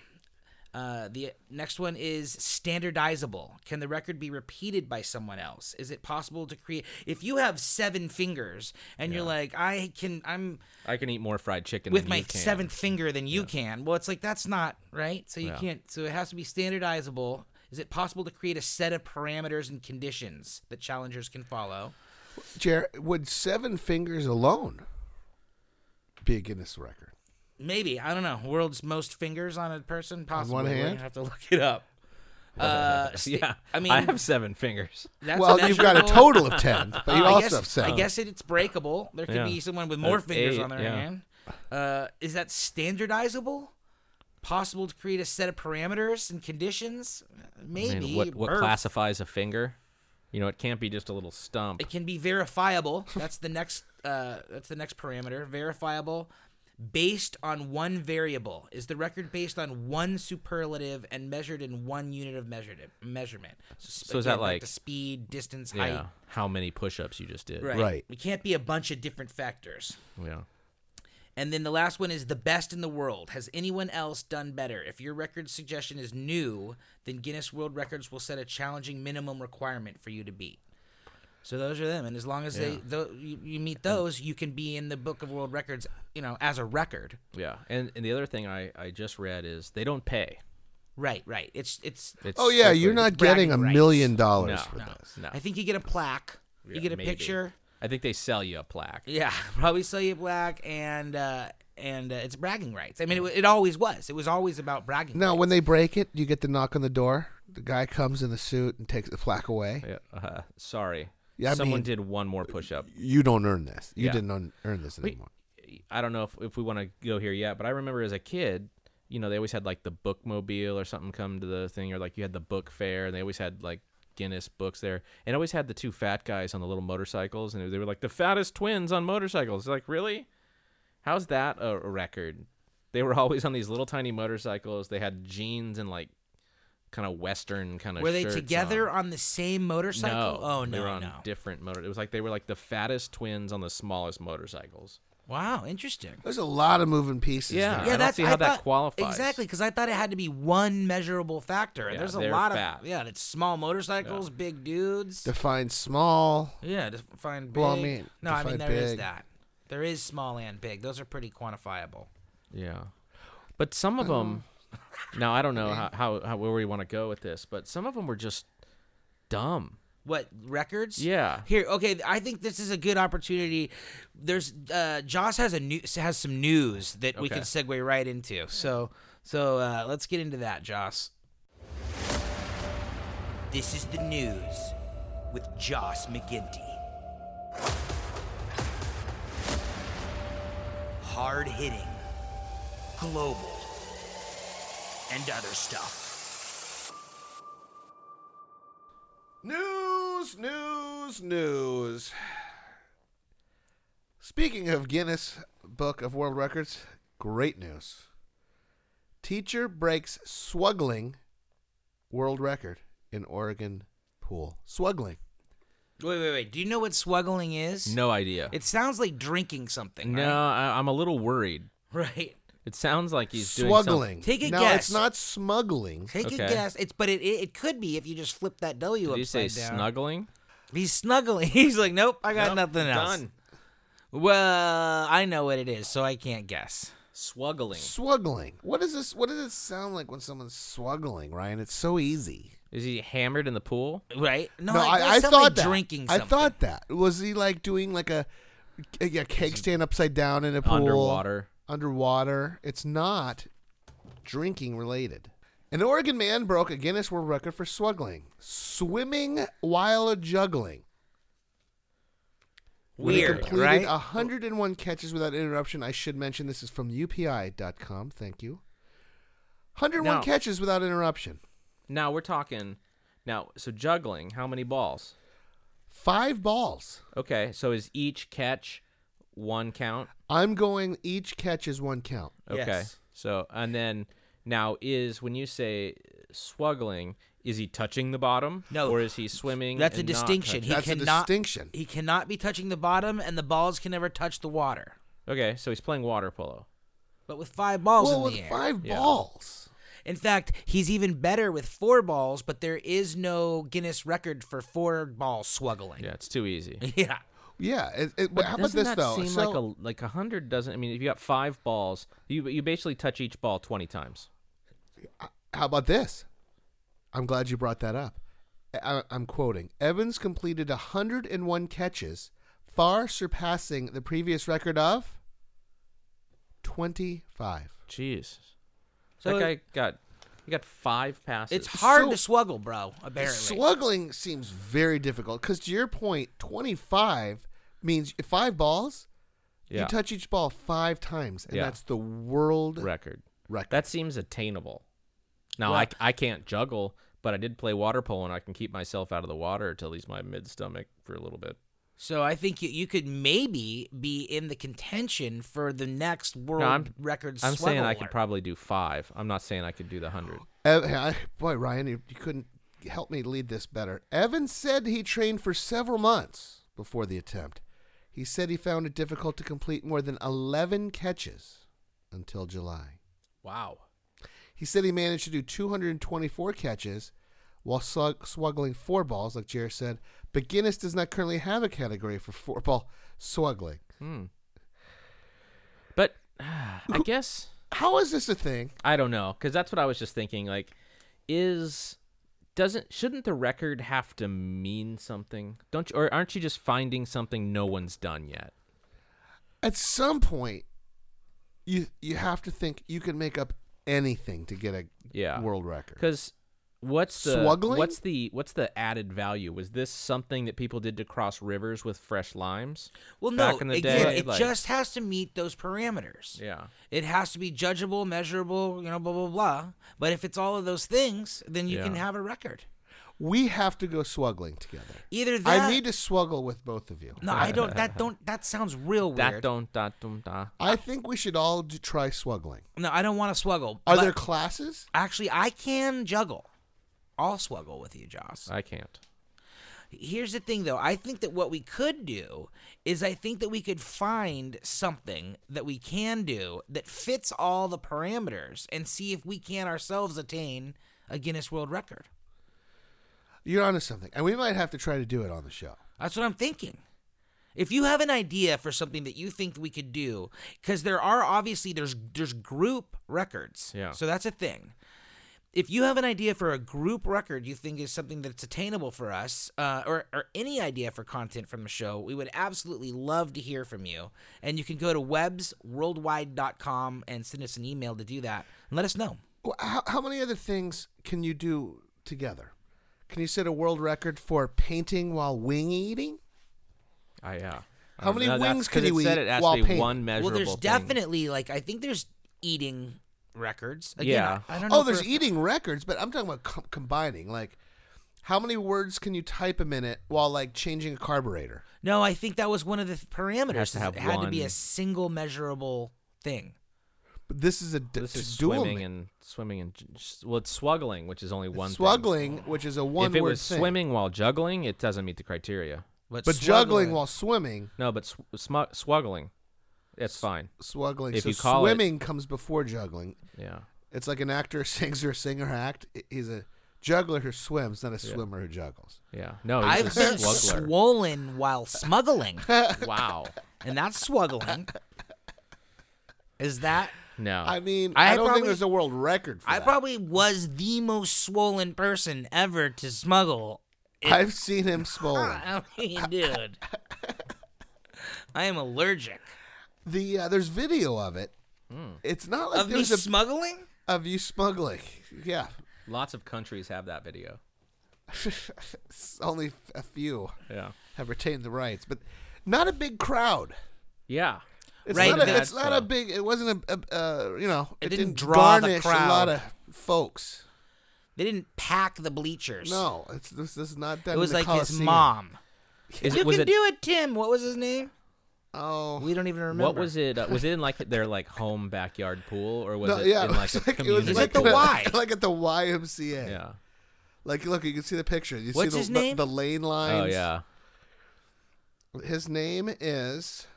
Speaker 1: Uh, the next one is standardizable. Can the record be repeated by someone else? Is it possible to create? If you have seven fingers and you're like, I can, I'm
Speaker 2: I can eat more fried chicken
Speaker 1: with
Speaker 2: than
Speaker 1: my
Speaker 2: you can.
Speaker 1: seventh finger than you can. Well, it's like that's not right. So you
Speaker 2: Yeah.
Speaker 1: can't. So it has to be standardizable. Is it possible to create a set of parameters and conditions that challengers can follow?
Speaker 3: Jer, would seven fingers alone be a Guinness record?
Speaker 1: Maybe I don't know. World's most fingers on a person, possibly.
Speaker 3: one
Speaker 1: We're gonna
Speaker 3: hand?
Speaker 1: have to look it up. Uh, sta-
Speaker 2: yeah,
Speaker 1: I mean,
Speaker 2: I have seven fingers.
Speaker 1: that's
Speaker 3: well, you've got a
Speaker 1: measurable.
Speaker 3: total of ten, but you
Speaker 1: Uh,
Speaker 3: also
Speaker 1: I guess,
Speaker 3: have seven.
Speaker 1: I guess it, it's breakable. There could
Speaker 2: Yeah.
Speaker 1: be someone with more
Speaker 2: That's
Speaker 1: fingers
Speaker 2: eight,
Speaker 1: on their
Speaker 2: yeah.
Speaker 1: hand. Uh, is that standardizable? Possible to create a set of parameters and conditions?
Speaker 2: I
Speaker 1: Maybe.
Speaker 2: mean, what what
Speaker 1: Birth.
Speaker 2: classifies a finger? You know, it can't be just a little stump.
Speaker 1: It can be verifiable. That's the next. Uh, that's the next parameter. Verifiable, based on one variable. Is the record based on one superlative and measured in one unit of measured measurement? So,
Speaker 2: So is that
Speaker 1: again,
Speaker 2: like-
Speaker 1: the speed, distance,
Speaker 2: yeah,
Speaker 1: height?
Speaker 2: how many push-ups you just did?
Speaker 3: Right.
Speaker 1: It can't be a bunch of different factors.
Speaker 2: Yeah.
Speaker 1: And then the last one is the best in the world. Has anyone else done better? If your record suggestion is new, then Guinness World Records will set a challenging minimum requirement for you to beat. So those are them, and as long as they tho- you, you meet those, you can be in the book of world records. You know, as a record.
Speaker 2: Yeah. And and the other thing I I just read is they don't pay.
Speaker 1: Right, right. It's it's.
Speaker 2: It's
Speaker 3: Oh yeah, you're
Speaker 2: strictly-
Speaker 3: not getting a
Speaker 1: bragging rights.
Speaker 3: million dollars
Speaker 2: No,
Speaker 3: for
Speaker 2: no,
Speaker 3: this.
Speaker 2: no.
Speaker 1: I think you get a plaque.
Speaker 2: Yeah,
Speaker 1: you get a
Speaker 2: maybe.
Speaker 1: picture.
Speaker 2: I think they sell you a plaque.
Speaker 1: Yeah, probably sell you black, and uh, and uh, it's bragging rights. I mean, it, it always was. It was always about bragging.
Speaker 3: Now, when they break it, you get the knock on the door. The guy comes in the suit and takes the plaque away.
Speaker 2: Yeah, Uh, sorry.
Speaker 3: Yeah, I
Speaker 2: Someone
Speaker 3: mean-
Speaker 2: did one more push-up.
Speaker 3: You don't earn this. You
Speaker 2: Yeah.
Speaker 3: didn't un- earn this anymore.
Speaker 2: I don't know if, if we want to go here yet, but I remember as a kid, you know, they always had like the bookmobile or something come to the thing, or like you had the book fair, and they always had like Guinness books there, and always had the two fat guys on the little motorcycles, and they were like the fattest twins on motorcycles. Like, really? How's that a a record? They were always on these little tiny motorcycles. They had jeans and like kind of western kind of.
Speaker 1: Were they together on. the same motorcycle?
Speaker 2: No.
Speaker 1: oh
Speaker 2: They were
Speaker 1: no,
Speaker 2: on
Speaker 1: no.
Speaker 2: different motor. It was like they were like the fattest twins on the smallest motorcycles.
Speaker 1: wow, interesting.
Speaker 3: There's a lot of moving pieces.
Speaker 2: Yeah.
Speaker 3: there.
Speaker 2: I don't
Speaker 1: that's
Speaker 2: see how that
Speaker 1: thought-
Speaker 2: qualifies.
Speaker 1: Exactly, because I thought it had to be one measurable factor. And
Speaker 2: Yeah,
Speaker 1: there's a
Speaker 2: they're
Speaker 1: lot
Speaker 2: fat.
Speaker 1: of yeah, it's small motorcycles, big dudes.
Speaker 3: Define small.
Speaker 1: yeah, define big.
Speaker 3: Well, I mean,
Speaker 1: no, I mean
Speaker 3: define
Speaker 1: there is
Speaker 3: big.
Speaker 1: that. There is small and big. Those are pretty quantifiable.
Speaker 2: Yeah, but some of them. Now I don't know how, how, how where we want to go with this, but some of them were just dumb.
Speaker 1: What records?
Speaker 2: Yeah.
Speaker 1: Here, okay. I think this is a good opportunity. There's uh, Joss has a new has some news that we
Speaker 2: Okay.
Speaker 1: can segue right into. So so uh, let's get into that, Joss. This is the news with Joss McGinty. Hard hitting, global, and other stuff.
Speaker 3: News, news, news. Speaking of Guinness Book of World Records, great news. Teacher breaks swuggling world record in Oregon pool. Swuggling.
Speaker 1: Wait, wait, wait. Do you know what swuggling is?
Speaker 2: No idea.
Speaker 1: It sounds like drinking something.
Speaker 2: no,
Speaker 1: Right?
Speaker 2: I, I'm a little worried.
Speaker 1: Right.
Speaker 2: It sounds like he's
Speaker 3: swuggling.
Speaker 1: Take a
Speaker 3: no,
Speaker 1: guess.
Speaker 3: it's not smuggling.
Speaker 1: Take a
Speaker 2: Okay.
Speaker 1: guess. It's but it, it it could be if you just flip that W
Speaker 2: doing something. Did you say
Speaker 1: upside down.
Speaker 2: snuggling?
Speaker 1: He's snuggling. He's like, nope, I got
Speaker 2: Nope,
Speaker 1: nothing else.
Speaker 2: Done.
Speaker 1: Well, I know what it is, so I can't guess.
Speaker 2: Swuggling.
Speaker 3: Swuggling. What is this? What does it sound like when someone's swuggling, Ryan? It's so easy.
Speaker 2: Is he hammered in the pool?
Speaker 1: Right? No,
Speaker 3: No,
Speaker 1: I,
Speaker 3: I,
Speaker 1: that
Speaker 3: I
Speaker 1: sounds
Speaker 3: thought
Speaker 1: like
Speaker 3: that.
Speaker 1: drinking.
Speaker 3: I
Speaker 1: Something.
Speaker 3: thought that was he like doing like a, a, a keg stand upside down in a pool
Speaker 2: Underwater.
Speaker 3: Underwater. It's not. drinking related. An Oregon man broke a Guinness World Record for swuggling, swimming while juggling. When he
Speaker 1: Weird,
Speaker 3: completed
Speaker 1: right?
Speaker 3: 101 catches without interruption. I should mention this is from upi.com. Thank you. 101
Speaker 2: Now-
Speaker 3: catches without interruption.
Speaker 2: Now we're talking. Now, so juggling, how many balls?
Speaker 3: Five balls.
Speaker 2: Okay, so is each catch one count?
Speaker 3: I'm going each catch is one count.
Speaker 2: Okay.
Speaker 1: Yes.
Speaker 2: So and then now is when you say swuggling, is he touching the bottom?
Speaker 1: No.
Speaker 2: Or is he swimming?
Speaker 1: That's a
Speaker 2: and not
Speaker 1: distinction. He
Speaker 2: touching?
Speaker 3: That's a
Speaker 1: cannot.
Speaker 3: distinction.
Speaker 1: He cannot be touching the bottom, and the balls can never touch the water.
Speaker 2: okay, so he's playing water polo.
Speaker 1: But with five balls
Speaker 3: Well,
Speaker 1: in
Speaker 3: with
Speaker 1: the air.
Speaker 3: five
Speaker 2: Yeah.
Speaker 3: balls.
Speaker 1: In fact, he's even better with four balls. But there is no Guinness record for four ball swuggling.
Speaker 2: Yeah, it's too easy.
Speaker 1: yeah.
Speaker 3: Yeah. It, it, how about
Speaker 2: Doesn't
Speaker 3: this
Speaker 2: that
Speaker 3: though?
Speaker 2: Seem
Speaker 3: So-
Speaker 2: like a like a hundred doesn't. I mean, if you got five balls, you you basically touch each ball twenty times.
Speaker 3: How about this? I'm glad you brought that up. I, I'm quoting Evans completed 101 catches, far surpassing the previous record of 25.
Speaker 2: Jeez.
Speaker 1: So
Speaker 2: that guy got he got five passes.
Speaker 1: it's hard
Speaker 3: so-
Speaker 1: to swuggle, bro. Apparently.
Speaker 3: Sluggling seems very difficult because, to your point, 25 means five balls.
Speaker 2: yeah
Speaker 3: You touch each ball five times, and
Speaker 2: Yeah.
Speaker 3: that's the world
Speaker 2: record.
Speaker 3: record.
Speaker 2: That seems attainable. Now I, I can't juggle, but I did play water polo and I can keep myself out of the water till he's my mid stomach for a little bit.
Speaker 1: So I think you, you could maybe be in the contention for the next world
Speaker 2: I'm-
Speaker 1: record.
Speaker 2: I'm saying I
Speaker 1: swuggler.
Speaker 2: could probably do five. I'm not saying I could do the hundred.
Speaker 3: Ev- I- boy, Ryan, you, you couldn't help me lead this better. Evans said he trained for several months before the attempt. He said he found it difficult to complete more than 11 catches until July.
Speaker 2: Wow.
Speaker 3: He said he managed to do 224 catches while slug- swuggling four balls, like Jared said, but Guinness does not currently have a category for four ball swuggling.
Speaker 2: But I guess
Speaker 3: How is this a thing?
Speaker 2: I don't know because that's what I was just thinking. Like, is doesn't shouldn't the record have to mean something? Don't you or aren't you just finding something no one's done yet?
Speaker 3: At some point, you you have to think you can make up anything to get a
Speaker 2: Yeah.
Speaker 3: world record.
Speaker 2: Because what's the
Speaker 3: Swuggling?
Speaker 2: what's the what's the added value? Was this something that people did to cross rivers with fresh limes?
Speaker 1: Well, no.
Speaker 2: back in the
Speaker 1: again,
Speaker 2: day,
Speaker 1: it
Speaker 2: like-
Speaker 1: just has to meet those parameters.
Speaker 2: Yeah.
Speaker 1: It has to be judgeable, measurable, you know, blah blah blah. But if it's all of those things, then you can
Speaker 2: Yeah.
Speaker 1: have a record.
Speaker 3: We have to go swuggling together.
Speaker 1: Either that.
Speaker 3: I need to swuggle with both of you.
Speaker 1: No, I don't. That don't. That sounds real weird.
Speaker 2: That don't da dum da.
Speaker 3: I think we should all do, try swuggling.
Speaker 1: no, I don't want to swuggle.
Speaker 3: Are
Speaker 1: but
Speaker 3: there classes?
Speaker 1: Actually, I can juggle. I'll swuggle with you, Joss.
Speaker 2: I can't.
Speaker 1: Here's the thing, though. I think that what we could do is I think that we could find something that we can do that fits all the parameters and see if we can ourselves attain a Guinness World Record.
Speaker 3: You're onto something, and we might have to try to do it on the show.
Speaker 1: That's what I'm thinking. If you have an idea for something that you think we could do, because there are obviously there's there's group records.
Speaker 2: Yeah.
Speaker 1: So that's a thing. If you have an idea for a group record you think is something that's attainable for us, uh, or, or any idea for content from the show, we would absolutely love to hear from you. And you can go to websworldwide.com and send us an email to do that. And let us know.
Speaker 3: Wh- How, how many other things can you do together? Can you set a world record for painting while wing eating?
Speaker 2: I yeah.
Speaker 3: How many wings could you
Speaker 2: it said
Speaker 3: eat
Speaker 2: it has
Speaker 3: while
Speaker 2: to be
Speaker 3: painting?
Speaker 2: one measurable
Speaker 1: Well, there's
Speaker 2: thing.
Speaker 1: definitely like I think there's eating records. Again,
Speaker 2: Yeah.
Speaker 1: I, I don't know.
Speaker 3: Oh,
Speaker 1: for
Speaker 3: there's
Speaker 1: a-
Speaker 3: eating records, but I'm talking about com- combining. Like, how many words can you type a minute while like changing a carburetor?
Speaker 1: No, I think that was one of the th- parameters.
Speaker 2: Has to
Speaker 1: is
Speaker 2: have
Speaker 1: it had to be a
Speaker 2: one-
Speaker 1: single measurable thing.
Speaker 3: But this is a d-
Speaker 2: This is
Speaker 3: dual
Speaker 2: swimming
Speaker 3: mi-
Speaker 2: and swimming and j- s- well, it's swuggling, which is only one. thing.
Speaker 3: swuggling, which is a one
Speaker 2: if it
Speaker 3: word
Speaker 2: was
Speaker 3: thing.
Speaker 2: swimming while juggling, it doesn't meet the criteria.
Speaker 3: But juggling while swimming,
Speaker 2: No, but sw- smu- swuggling, it's fine.
Speaker 3: swuggling.
Speaker 2: If
Speaker 3: so
Speaker 2: you call it-
Speaker 3: swimming comes before juggling.
Speaker 2: Yeah.
Speaker 3: It's like an actor sings or a singer act. I- He's a juggler who swims, not a swimmer who juggles.
Speaker 2: Yeah. No,
Speaker 1: I've
Speaker 2: he's a
Speaker 1: been
Speaker 2: swuggler.
Speaker 1: swollen while smuggling,
Speaker 2: wow.
Speaker 1: and that's smuggling. Is that?
Speaker 2: No.
Speaker 3: I mean,
Speaker 1: I
Speaker 3: I, don't
Speaker 1: probably-
Speaker 3: think there's a world record for
Speaker 1: I
Speaker 3: that.
Speaker 1: probably was the most swollen person ever to smuggle.
Speaker 3: I've seen him swollen.
Speaker 1: I mean, dude, I am allergic.
Speaker 3: The uh, there's video of it. It's not like
Speaker 1: Of me
Speaker 3: there's a
Speaker 1: smuggling?
Speaker 3: of you smuggling. Yeah,
Speaker 2: Lots of countries have that video.
Speaker 3: It's only a few
Speaker 2: Yeah.
Speaker 3: have retained the rights, but not a big crowd.
Speaker 2: Yeah.
Speaker 3: It's
Speaker 1: Right,
Speaker 3: not, a,
Speaker 1: but-
Speaker 3: it's not a big. It wasn't a, a uh, you know. It,
Speaker 1: didn't draw the
Speaker 3: garnish
Speaker 1: crowd.
Speaker 3: a lot of folks.
Speaker 1: They didn't pack the bleachers.
Speaker 3: No, it's this, this is not that.
Speaker 1: It was
Speaker 3: in the
Speaker 1: like his
Speaker 3: Coliseum.
Speaker 1: mom.
Speaker 2: Is
Speaker 1: you
Speaker 2: was
Speaker 1: can
Speaker 2: it,
Speaker 1: do it, Tim. What was his name?
Speaker 3: Oh,
Speaker 1: We don't even remember.
Speaker 2: What was it? Uh, was it in like their like home backyard pool, or was
Speaker 3: no,
Speaker 2: it
Speaker 3: yeah,
Speaker 2: in
Speaker 3: it
Speaker 2: like
Speaker 3: was
Speaker 2: a
Speaker 3: like, it
Speaker 2: community?
Speaker 3: was like
Speaker 1: the
Speaker 3: at a-
Speaker 1: Y.
Speaker 3: like at the YMCA.
Speaker 2: Yeah.
Speaker 3: Like, look, you can see the picture. You
Speaker 1: What's
Speaker 3: see the,
Speaker 1: his
Speaker 3: the-
Speaker 1: name?
Speaker 3: the lane lines.
Speaker 2: Oh yeah.
Speaker 3: His name is.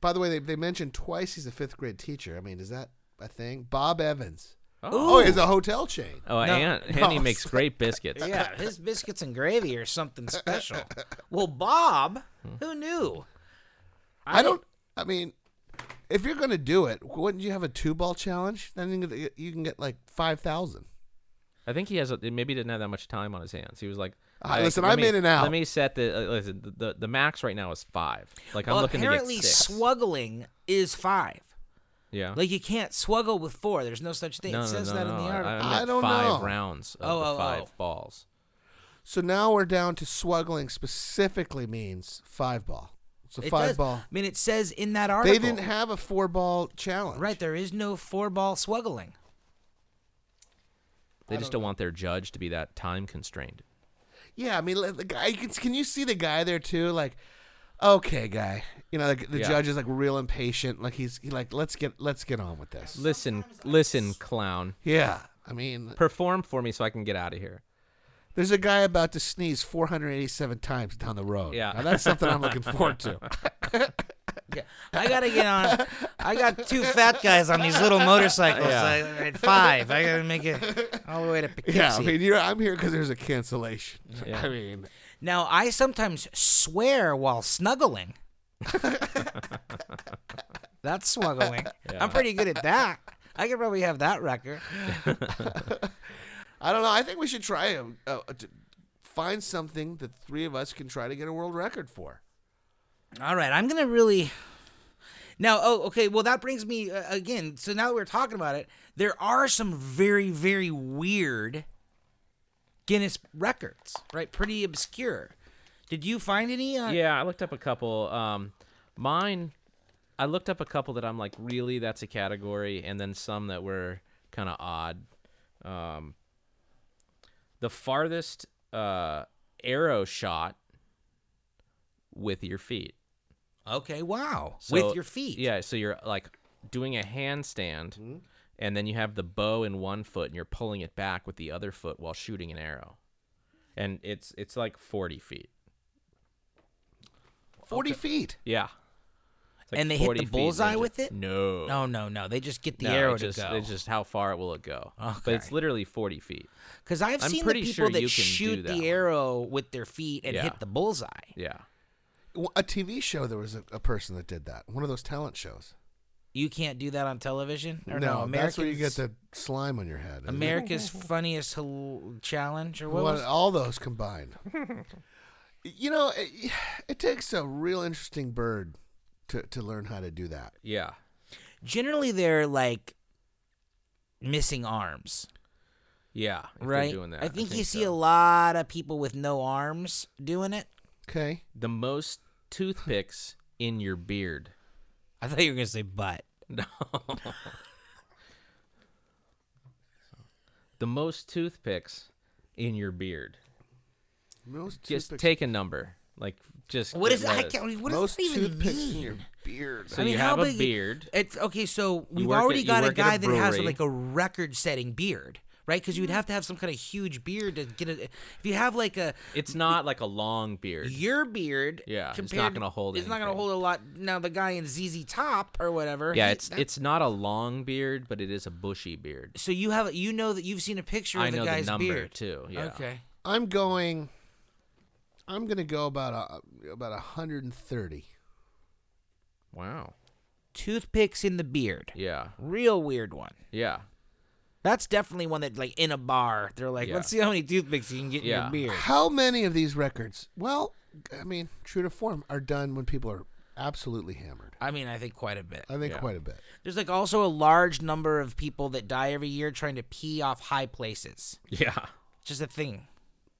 Speaker 3: By the way, they they mentioned twice he's a fifth grade teacher. I mean, is that a thing? Bob Evans.
Speaker 2: Oh.
Speaker 3: Oh, he's a hotel chain.
Speaker 2: Oh, Aunt Annie makes great biscuits.
Speaker 1: Yeah, his biscuits and gravy or something special. well, Bob, who knew?
Speaker 3: I don't. I mean, if you're gonna do it, wouldn't you have a two ball challenge? Then you can get, you can get like five thousand.
Speaker 2: I think he has. A, maybe he didn't have that much time on his hands. He was like,
Speaker 3: Ah,
Speaker 2: like,
Speaker 3: listen,
Speaker 2: let
Speaker 3: I'm
Speaker 2: me-
Speaker 3: in and out.
Speaker 2: Let me set the uh, listen. The, the the max right now is five. Like I'm
Speaker 1: well,
Speaker 2: looking
Speaker 1: apparently,
Speaker 2: to get six.
Speaker 1: swuggling is five.
Speaker 2: yeah.
Speaker 1: Like you can't swuggle with four. There's no such thing.
Speaker 2: no,
Speaker 1: it
Speaker 2: no,
Speaker 1: says
Speaker 2: no,
Speaker 1: that
Speaker 2: no.
Speaker 1: in the article.
Speaker 2: I, meant
Speaker 3: I don't
Speaker 2: five
Speaker 3: know.
Speaker 2: rounds of
Speaker 1: Oh,
Speaker 2: the
Speaker 1: oh,
Speaker 2: five
Speaker 1: oh.
Speaker 2: balls.
Speaker 3: So now we're down to swuggling specifically means five ball. It's a
Speaker 1: It
Speaker 3: five
Speaker 1: does.
Speaker 3: ball.
Speaker 1: I mean, it says in that
Speaker 3: They
Speaker 1: article.
Speaker 3: didn't have a four ball challenge.
Speaker 1: Right, there is no four ball swuggling.
Speaker 2: They just don't want their judge to be that time constrained.
Speaker 3: Yeah, I mean, like, the guy. you Can, can you see the guy there too? Like, okay, guy. You know, like, the
Speaker 2: Yeah.
Speaker 3: judge is like real impatient. Like he's he like let's get let's get on with this.
Speaker 2: Listen, listen, clown.
Speaker 3: Yeah, I mean,
Speaker 2: Perform for me so I can get out of here.
Speaker 3: There's a guy about to sneeze 487 times down the road.
Speaker 2: Yeah.
Speaker 3: Now, that's something I'm looking forward to.
Speaker 1: Yeah, I gotta get on. I got two fat guys on these little motorcycles.
Speaker 2: Yeah.
Speaker 1: I, I had five. I gotta make it all the way to Poughkeepsie.
Speaker 3: Yeah, I mean, you're, I'm here because there's a cancellation.
Speaker 2: Yeah.
Speaker 3: I mean,
Speaker 1: now I sometimes swear while snuggling. That's smuggling. I'm pretty good at that. I could probably have that record.
Speaker 3: I don't know. I think we should try uh, uh, to find something that three of us can try to get a world record for.
Speaker 1: All right, I'm gonna really. Now, oh, okay. Well, that brings me uh, again. So now that we're talking about it, there are some very, very weird Guinness records, right? Pretty obscure. Did you find any? Uh,
Speaker 2: Yeah, I looked up a couple. Um, mine, I looked up a couple that I'm like, really, that's a category, and then some that were kind of odd. Um, the farthest uh, arrow shot with your feet.
Speaker 1: Okay. Wow.
Speaker 2: So-
Speaker 1: With your feet. Mm-hmm.
Speaker 2: Yeah, so you're like doing a handstand, and then you have the bow in one foot, and you're pulling it back with the other foot while shooting an arrow, and it's it's like 40 feet.
Speaker 3: 40 feet.
Speaker 2: Yeah. It's
Speaker 1: And they hit
Speaker 2: 40
Speaker 1: the
Speaker 2: feet
Speaker 1: bullseye
Speaker 2: ninja.
Speaker 1: with it?
Speaker 2: No.
Speaker 1: No, no, no. They just get the
Speaker 2: No,
Speaker 1: arrow
Speaker 2: it's just,
Speaker 1: to go.
Speaker 2: It's just how far will it go? But
Speaker 1: Okay.
Speaker 2: it's literally 40 feet.
Speaker 1: Because I've
Speaker 2: I'm
Speaker 1: seen the
Speaker 2: pretty
Speaker 1: people
Speaker 2: sure you
Speaker 1: that
Speaker 2: can
Speaker 1: shoot
Speaker 2: do
Speaker 1: the
Speaker 2: that one.
Speaker 1: arrow with their feet and
Speaker 2: Yeah.
Speaker 1: hit the bullseye.
Speaker 2: Yeah.
Speaker 3: Well, A TV show, there was a, a person that did that. One of those talent shows.
Speaker 1: You can't do that on television. Or no,
Speaker 3: no, that's where you get
Speaker 1: Americans-
Speaker 3: the slime on your head. isn't it?
Speaker 1: America's funniest hel- challenge or what?
Speaker 3: Well, uh,
Speaker 1: was-
Speaker 3: all those combined. you know, it, it takes a real interesting bird to, to learn how to do that.
Speaker 2: Yeah.
Speaker 1: Generally, they're like missing arms,
Speaker 2: Yeah. if they're
Speaker 1: right?
Speaker 2: Doing that.
Speaker 1: I think, you see a
Speaker 2: so.
Speaker 1: lot of people with no arms doing it.
Speaker 3: Okay.
Speaker 2: the most toothpicks in your beard.
Speaker 1: I thought you were gonna say butt.
Speaker 2: No. the most toothpicks in your beard.
Speaker 3: Most
Speaker 2: Just
Speaker 3: toothpicks-
Speaker 2: take a number. Like just
Speaker 1: What
Speaker 2: get
Speaker 1: is that? I
Speaker 2: rid of-
Speaker 1: can't, what does
Speaker 3: most
Speaker 1: that even
Speaker 3: toothpicks in your
Speaker 1: mean?
Speaker 3: beard.
Speaker 2: So
Speaker 1: I mean,
Speaker 2: you
Speaker 1: how
Speaker 2: have a
Speaker 1: big-
Speaker 2: beard.
Speaker 1: It's okay. So we've
Speaker 2: work
Speaker 1: already
Speaker 2: at- you
Speaker 1: got a
Speaker 2: work at a
Speaker 1: guy that has
Speaker 2: brewery. Mm-hmm.
Speaker 1: like a record-setting beard, right? Because you would have to have some kind of huge beard to get it. If you have like a
Speaker 2: It's not like a long beard.
Speaker 1: your beard,
Speaker 2: Yeah, it's not
Speaker 1: compared-
Speaker 2: gonna hold
Speaker 1: It's not gonna
Speaker 2: anything.
Speaker 1: hold a lot. Now the guy in ZZ Top or whatever.
Speaker 2: Yeah,
Speaker 1: he-
Speaker 2: it's
Speaker 1: that-
Speaker 2: it's not a long beard, but it is a bushy beard.
Speaker 1: So you have you know that you've seen a picture of
Speaker 2: I
Speaker 1: the
Speaker 2: know
Speaker 1: guy's
Speaker 2: the number
Speaker 1: beard
Speaker 2: too. Yeah.
Speaker 1: Okay.
Speaker 3: I'm going. I'm gonna go about a, about 130.
Speaker 2: Wow.
Speaker 1: Toothpicks in the beard.
Speaker 2: Yeah.
Speaker 1: Real weird one.
Speaker 2: Yeah.
Speaker 1: That's definitely one that like in a bar they're like,
Speaker 2: Yeah.
Speaker 1: let's see how many toothpicks you can get
Speaker 2: Yeah.
Speaker 1: in your beard.
Speaker 3: How many of these records? Well, I mean, true to form, are done when people are absolutely hammered.
Speaker 1: I mean, I think quite a bit.
Speaker 3: I think
Speaker 2: Yeah.
Speaker 3: quite a bit.
Speaker 1: There's like also a large number of people that die every year trying to pee off high places.
Speaker 2: Yeah.
Speaker 1: It's just a thing.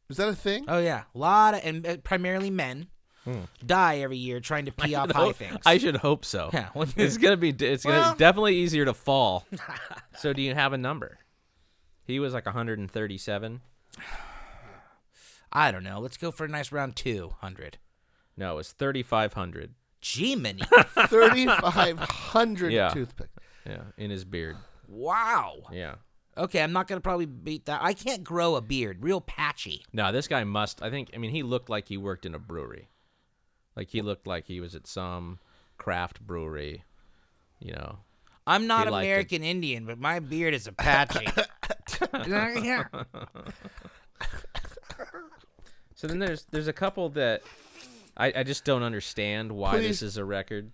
Speaker 3: Is that a thing?
Speaker 1: Oh yeah, a lot of and uh, primarily men die every year trying to pee off high
Speaker 2: Hope-
Speaker 1: things.
Speaker 2: Hmm. I should hope so.
Speaker 1: Yeah, well-
Speaker 2: it's gonna be. It's
Speaker 1: Well-
Speaker 2: gonna definitely easier to fall. so do you have a number? He was like 137.
Speaker 1: I don't know. Let's go for a nice round two hundred.
Speaker 2: No, it was 3,500.
Speaker 1: Gee,
Speaker 3: Thirty-five hundred
Speaker 2: Yeah.
Speaker 3: toothpicks.
Speaker 2: Yeah, in his beard.
Speaker 1: wow.
Speaker 2: Yeah.
Speaker 1: Okay, I'm not gonna probably beat that. I can't grow a beard, real patchy.
Speaker 2: No, this guy must. I think. I mean, he looked like he worked in a brewery. Like he looked like he was at some craft brewery. You know.
Speaker 1: I'm not
Speaker 2: He liked it.
Speaker 1: American Indian, but my beard is a patchy. yeah.
Speaker 2: So then there's there's a couple that I, I just don't understand why
Speaker 3: Please.
Speaker 2: this is a record.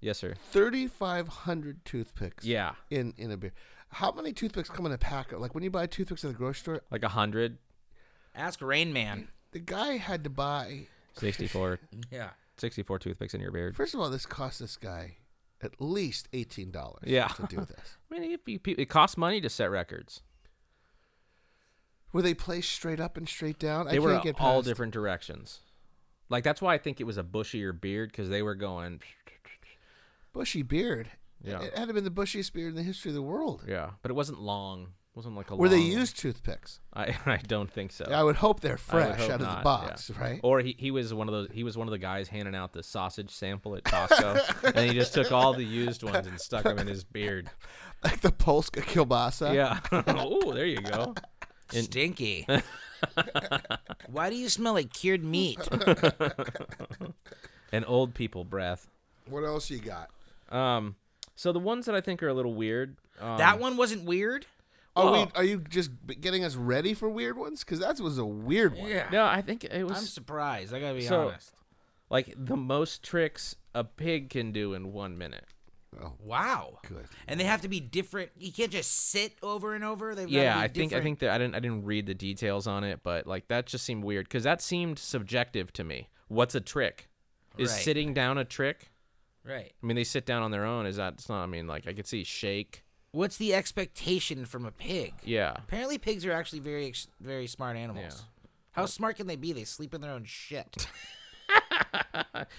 Speaker 2: Yes, sir.
Speaker 3: Thirty-five hundred toothpicks.
Speaker 2: Yeah,
Speaker 3: In in a beer. How many toothpicks come in a pack? Like when you buy toothpicks at the grocery store,
Speaker 2: like a hundred
Speaker 1: Ask Rain Man.
Speaker 3: the guy had to buy.
Speaker 2: sixty-four.
Speaker 1: Yeah.
Speaker 2: 64 toothpicks in your beard.
Speaker 3: First of all, this cost this guy at least eighteen dollars.
Speaker 2: Yeah.
Speaker 3: To do this,
Speaker 2: I mean, it, it, it costs money to set records.
Speaker 3: were they placed straight up and straight down?
Speaker 2: They
Speaker 3: I
Speaker 2: were
Speaker 3: can't get
Speaker 2: all
Speaker 3: past-
Speaker 2: different directions. Like that's why I think it was a bushier beard because they were going.
Speaker 3: bushy beard.
Speaker 2: Yeah.
Speaker 3: It had to been the bushiest beard in the history of the world.
Speaker 2: Yeah, but it wasn't long. wasn't like a.
Speaker 3: Were they
Speaker 2: long-
Speaker 3: used toothpicks?
Speaker 2: I I don't think so.
Speaker 3: I would hope they're
Speaker 2: Oh. I would
Speaker 3: fresh
Speaker 2: hope
Speaker 3: out of the
Speaker 2: not,
Speaker 3: box,
Speaker 2: yeah. Oh.
Speaker 3: right?
Speaker 2: Or he, he was one of those he was one of the guys handing out the sausage sample at Costco, and he just took all the used ones and stuck them in his beard.
Speaker 3: Like the Polska kielbasa.
Speaker 2: Yeah. oh, there you go. In-
Speaker 1: Stinky. Why do you smell like cured meat?
Speaker 2: Um, And old people breath.
Speaker 3: What else you got?
Speaker 2: Um, so the ones that I think are a little weird. Um,
Speaker 1: that one wasn't weird.
Speaker 3: Are
Speaker 2: Well-
Speaker 3: we? Are you just b- getting us ready for weird ones? Because that was a weird one.
Speaker 2: No, I think it was
Speaker 1: I'm surprised. I gotta be
Speaker 2: So-
Speaker 1: honest.
Speaker 2: like the most tricks a pig can do in one minute.
Speaker 3: Oh,
Speaker 1: Wow.
Speaker 3: good.
Speaker 1: And they have to be different. You can't just sit over and over. They've
Speaker 2: yeah,
Speaker 1: gotta
Speaker 2: I
Speaker 1: be
Speaker 2: think I
Speaker 1: different.
Speaker 2: think that I didn't I didn't read the details on it, but like that just seemed weird because that seemed subjective to me. What's a trick? Is
Speaker 1: Right.
Speaker 2: sitting down a trick?
Speaker 1: Right.
Speaker 2: I mean, they sit down on their own. Is that? It's not. I mean, like I could see shake.
Speaker 1: What's the expectation from a pig?
Speaker 2: Yeah.
Speaker 1: Apparently, pigs are actually very, ex- very smart animals. How smart can they be? They sleep in their own shit.